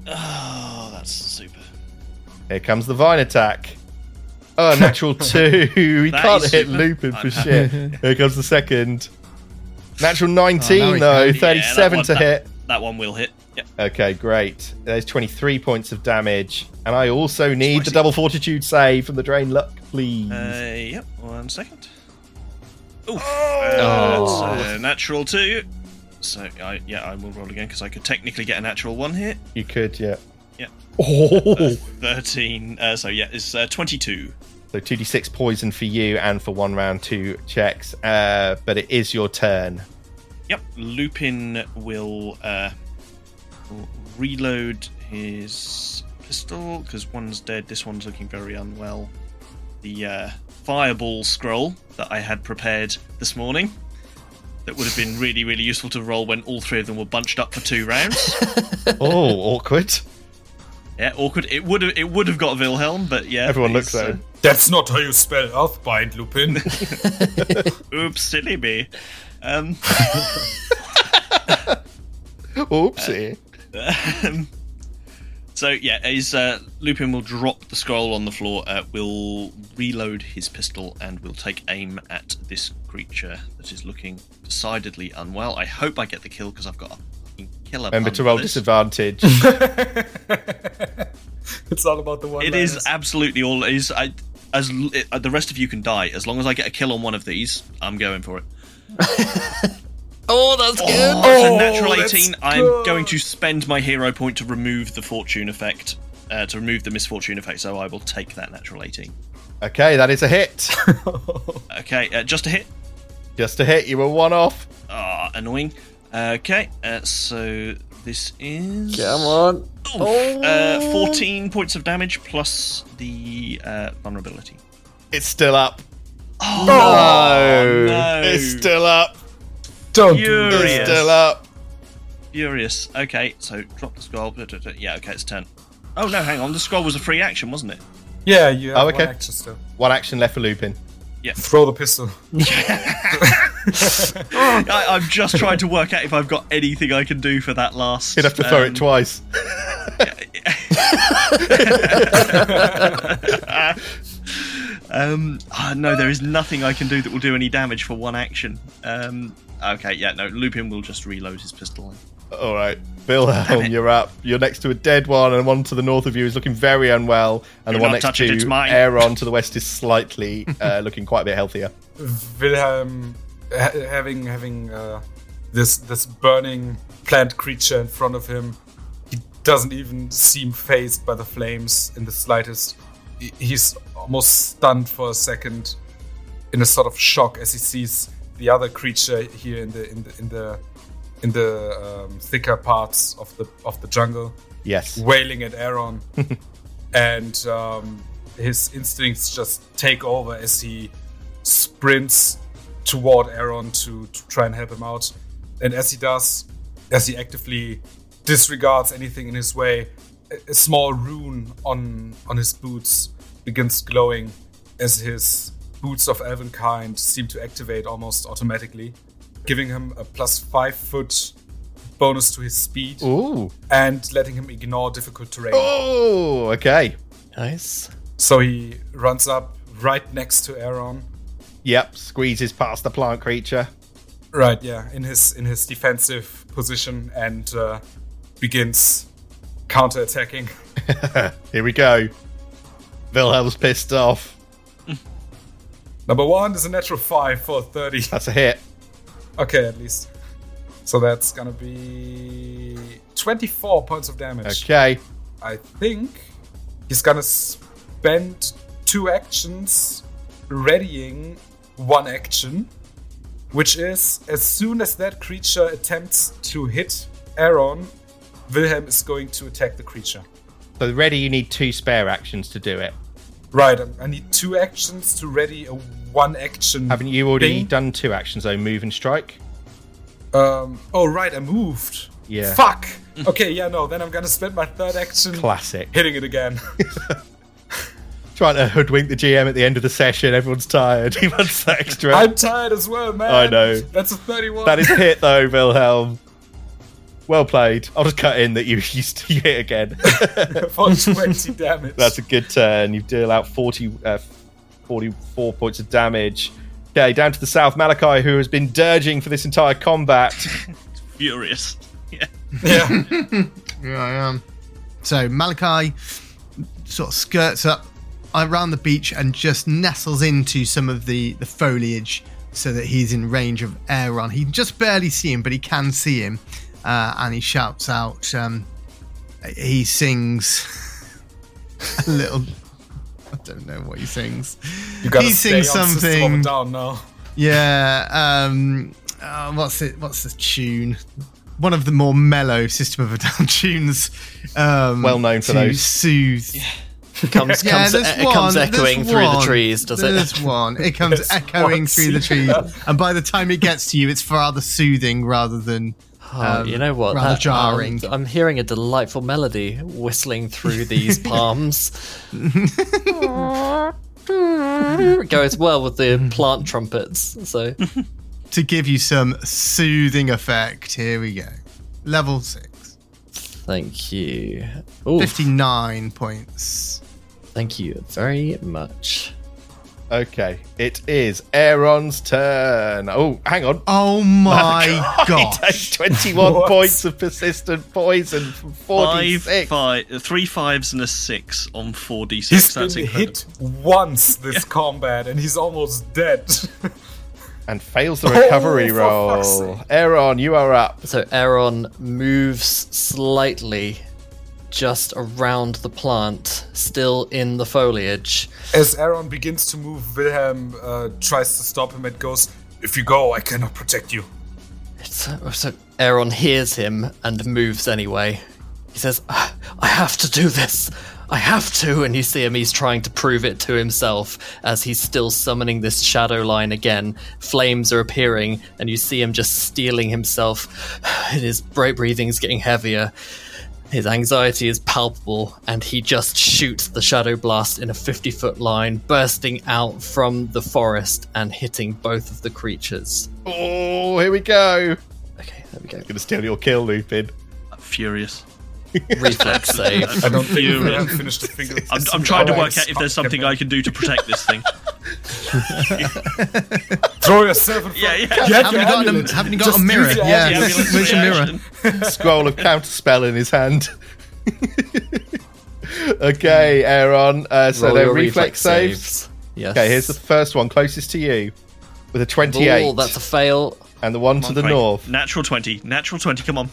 B: Oh, that's super.
A: Here comes the vine attack. Oh, natural two. He
B: That
A: can't
B: is
A: hit
B: super.
A: Lupin
B: I'm
A: for
B: happy.
A: shit. Here comes the second. Natural 19,
E: Oh, now he
A: though.
E: can.
B: Yeah,
A: 37
B: that
A: to
B: one- that-
A: hit.
B: That one will hit. Yep.
A: Okay, great. There's 23 points of damage. And I also need the
B: Spicy.
A: double fortitude save from the drain luck, please.
B: Uh, yep. One second. Oof. Oh, that's a natural two. So I, yeah, I will roll again because I could technically get a natural one here.
A: you could, yeah.
B: Yeah.
A: Oh!
B: Thirteen. Uh, so yeah, it's uh, twenty-two.
A: So 2d6 poison for you and for one round two checks. Uh, but it is your turn.
B: Yep. Lupin will uh, reload his pistol because one's dead. This one's looking very unwell. The uh, fireball scroll that I had prepared this morning that would have been really, really useful to roll when all three of them were bunched up for two rounds.
A: Oh, awkward.
B: yeah, awkward. It would have it would have got Wilhelm, but yeah,
A: Everyone looks
B: it's,
A: at him.
F: That's not how you spell Earthbind, Lupin.
B: uh, Oops, silly me. Um, Uh,
A: Oopsie.
B: Um, so yeah, is uh, Lupin will drop the scroll on the floor. Uh, will reload his pistol and will take aim at this creature that is looking decidedly unwell. I hope I get the kill because I've got a fucking killer.
A: Remember
B: pun
A: to
B: for
A: roll
B: this.
A: disadvantage.
F: it's all about the one.
B: It is absolutely all it is. I as l- it, uh, the rest of you can die as long as I get a kill on one of these. I'm going for it.
D: Oh, that's
B: Oh,
D: good.
B: it's a natural
F: that's
B: 18. I'm
F: good.
B: going to spend my hero point to remove the fortune effect, uh, to remove the misfortune effect. So I will take that natural 18.
A: okay, that is a hit.
B: Okay, uh, just a hit.
A: Just a hit. You were one off.
B: Ah, annoying. Okay, uh, so this is
D: Come on.
B: uh, 14 points of damage plus the uh, vulnerability.
A: It's still up.
B: Oh,
A: no.
B: no.
A: It's still up.
F: Don't do that.
B: furious.
A: It's still up.
B: Furious. Okay, so drop the scroll. Duh, duh, duh. Yeah, okay, it's 10. Oh no, hang on. The scroll was a free action, wasn't it?
F: Yeah, you have
A: Oh, okay.
F: one action still.
A: One action left for Lupin.
F: Throw the pistol.
A: Hmm.
B: I, I'm just trying to work out if I've got anything I can do for that last.
A: He'd have to throw
B: um,
A: it twice.
B: Um, ah, no, there is nothing I can do that will do any damage for one action. Um, okay, yeah, no. Lupin will just reload his pistol.
A: All right, Wilhelm, you're up. You're next to a dead one, and one to the north of you is looking very unwell, and
B: Do
A: the one
B: not
A: next
B: touch
A: to
B: it, it's
A: you,
B: mine.
A: Aaron, to the west, is slightly uh, looking quite a bit healthier.
F: Wilhelm um, ha- having having uh, this this burning plant creature in front of him. He doesn't even seem phased by the flames in the slightest. He- He's almost stunned for a second, in a sort of shock as he sees the other creature here in the in the in the in the um, thicker parts of the of the jungle
A: Yes.
F: wailing at Aaron, and um, his instincts just take over as he sprints toward Aaron to, to try and help him out. And as he does, as he actively disregards anything in his way, a, a small rune on on his boots begins glowing as his boots of elven kind seem to activate almost automatically, giving him a plus five foot bonus to his speed
A: Ooh.
F: and letting him ignore difficult terrain.
A: Oh, okay.
D: Nice.
F: So he runs up right next to Aaron,
A: Yep. Squeezes past the plant creature.
F: Right, yeah, in his in his defensive position and uh, begins counterattacking.
A: Here we go. Wilhelm's pissed off.
F: Number one is a natural five for thirty.
A: That's a hit.
F: Okay, at least. So that's gonna be twenty-four points of damage.
A: Okay.
F: I think he's gonna spend two actions readying one action, which is as soon as that creature attempts to hit Aaron, Wilhelm is going to attack the creature.
A: So ready, you need two spare actions to do it.
F: Right, um, I need two actions to ready a one action.
A: Haven't you already
F: thing.
A: E done two actions though? Move and strike.
F: Um, oh, right, I moved.
A: Yeah.
F: Fuck! Okay, yeah, no, then I'm gonna spend my third action
A: Classic.
F: hitting it again.
A: Trying to hoodwink the GM at the end of the session. Everyone's tired. He wants that extra.
F: I'm tired as well, man.
A: I know.
F: That's a 31.
A: That is a hit though, Wilhelm. Well played. I'll just cut in that you you, you hit again.
F: for 20 damage.
A: That's a good turn. You deal out 40, uh, 44 points of damage. Okay, down to the south, Malachi, who has been dirging for this entire combat.
B: Furious. Yeah.
F: yeah.
E: Yeah, I am. So Malachi sort of skirts up around the beach and just nestles into some of the, the foliage so that he's in range of Aaron. He can just barely see him, but he can see him. Uh, and he shouts out, um, he sings a little. I don't know what he sings.
F: You gotta
E: he
F: stay
E: sings
F: on System of a
E: something.
F: Down now.
E: Yeah. Um, uh, what's it? What's the tune? One of the more mellow System of a Down tunes. Um,
A: Well known for
E: to
A: those.
E: soothe.
D: Comes,
E: Yeah,
D: comes, e-,
E: there's
D: it
E: one,
D: comes
E: there's
D: echoing through the
E: one,
D: trees, does it?
E: There's one. It comes
F: There's
E: echoing
F: one.
E: through the trees,
F: Yeah.
E: and by the time it gets to you, it's rather soothing rather than.
D: Oh,
E: um,
D: you know what? um,
E: rather jarring.
D: I'm, I'm hearing a delightful melody whistling through these palms. Goes well with
E: Mm-hmm.
D: the plant trumpets. So
E: To give you some soothing effect, here we go. Level six.
D: thank you. Ooh,
E: 59 points.
D: Thank you very much.
A: Okay, it is Aaron's turn. Oh, hang on.
E: Oh my
A: He
E: god.
A: takes 21
F: What?
A: points of persistent poison from
B: Five,
A: 46.
B: five, three fives and a six on 4d6.
F: He's
B: That's
F: been
B: incredible.
F: hit once this combat and he's almost dead.
A: And fails the recovery
F: Oh, for fuck's
A: roll. Aaron, you are up.
D: So Aaron moves slightly just around the plant, still in the foliage.
F: As Aaron begins to move, Wilhelm uh, tries to stop him and goes, If you go, I cannot protect you.
D: So, so Aaron hears him and moves anyway. He says, "Ah, I have to do this. I have to. And you see him, he's trying to prove it to himself as he's still summoning this shadow line again. Flames are appearing, and you see him just stealing himself. His breath breathing's getting heavier. His anxiety is palpable, and he just shoots the shadow blast in a 50 foot line, bursting out from the forest and hitting both of the creatures.
A: Oh, here we go.
D: Okay, there we go.
A: Gonna steal your kill, Lupin.
B: I'm Uh, furious.
D: reflex save.
F: I don't think
B: Furious.
F: Wilhelm finished the finger.
B: I'm, I'm trying to work out if there's something I can do to protect this thing.
F: Throw yourself in front
B: Yeah, yeah.
F: Get
E: Haven't you
F: your
E: got,
F: amulet.
E: an, haven't you got
F: Just
E: a mirror?
F: use your
E: Yeah,
B: The ambulance
E: where's your mirror?
B: reaction.
A: scroll of counterspell in his hand. okay, Aaron. Uh, so
D: Hmm. Roll
A: they're
D: your
A: reflex, saves.
D: Yes.
A: Okay, here's the first one closest to you with a 28
D: Ooh, that's a fail.
A: and the one to the
B: Right,
A: north.
B: Natural 20. Natural 20. Come on.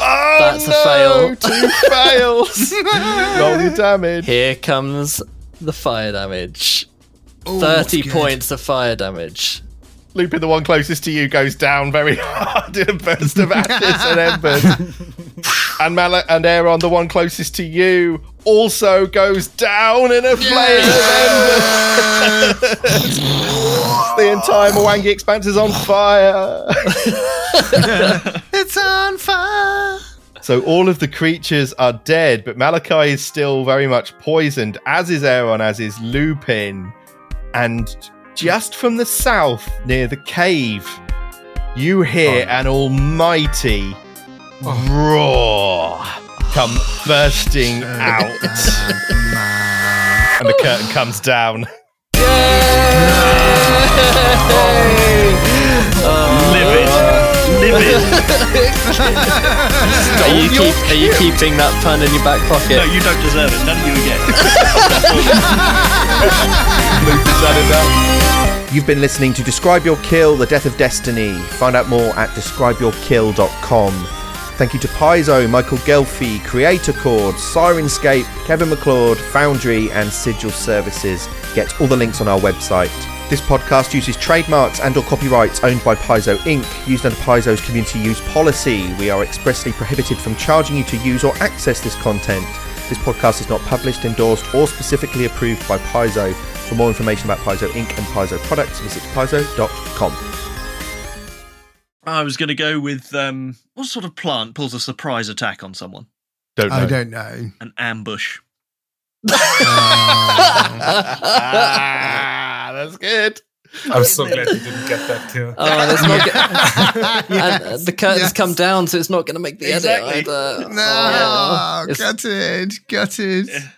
A: Oh,
D: That's a
A: no!
D: fail.
A: Two fails. Roll your damage.
D: Here comes the fire damage.
E: Ooh,
D: Thirty
E: that's good.
D: points of fire damage.
A: Lupin, the one closest to you, goes down very hard in a burst of ashes and embers. and Malak and Aaron, the one closest to you, also goes down in a flame of embers. the entire Mwangi expanse is on fire.
E: It's on fire.
A: so all of the creatures are dead, but Malachi is still very much poisoned, as is Aaron, as is Lupin. And just from the south, near the cave, you hear an almighty roar come bursting out, and the curtain comes down.
D: Yay!
B: Livid.
D: Are you, keep, are you keeping that pun in your back pocket?
B: No, you don't deserve it. None of you again.
I: You've been listening to Describe Your Kill, The Death of Destiny. Find out more at describeyourkill.com. Thank you to Paizo, Michael Gelfi, Creator Chord, Sirenscape, Kevin McLeod, Foundry, and Sigil Services. Get all the links on our website. This podcast uses trademarks and or copyrights owned by Paizo Inc. used under Paizo's community use policy. We are expressly prohibited from charging you to use or access this content. This podcast is not published, endorsed, or specifically approved by Paizo. For more information about Paizo Inc. and Paizo products, visit paizo.com.
B: I was going to go with um, what sort of plant pulls a surprise attack on someone?
A: Don't know.
E: I don't know.
B: An ambush.
A: ah, that's good.
F: I'm so glad you didn't get that kill.
B: Uh,
D: Oh, that's not get- and, uh, the curtains
E: Yes.
D: come down, so it's not going to make the Oh,
I: Exactly.
D: edit. Either.
E: No,
D: Oh, it's-
E: gutted, gutted.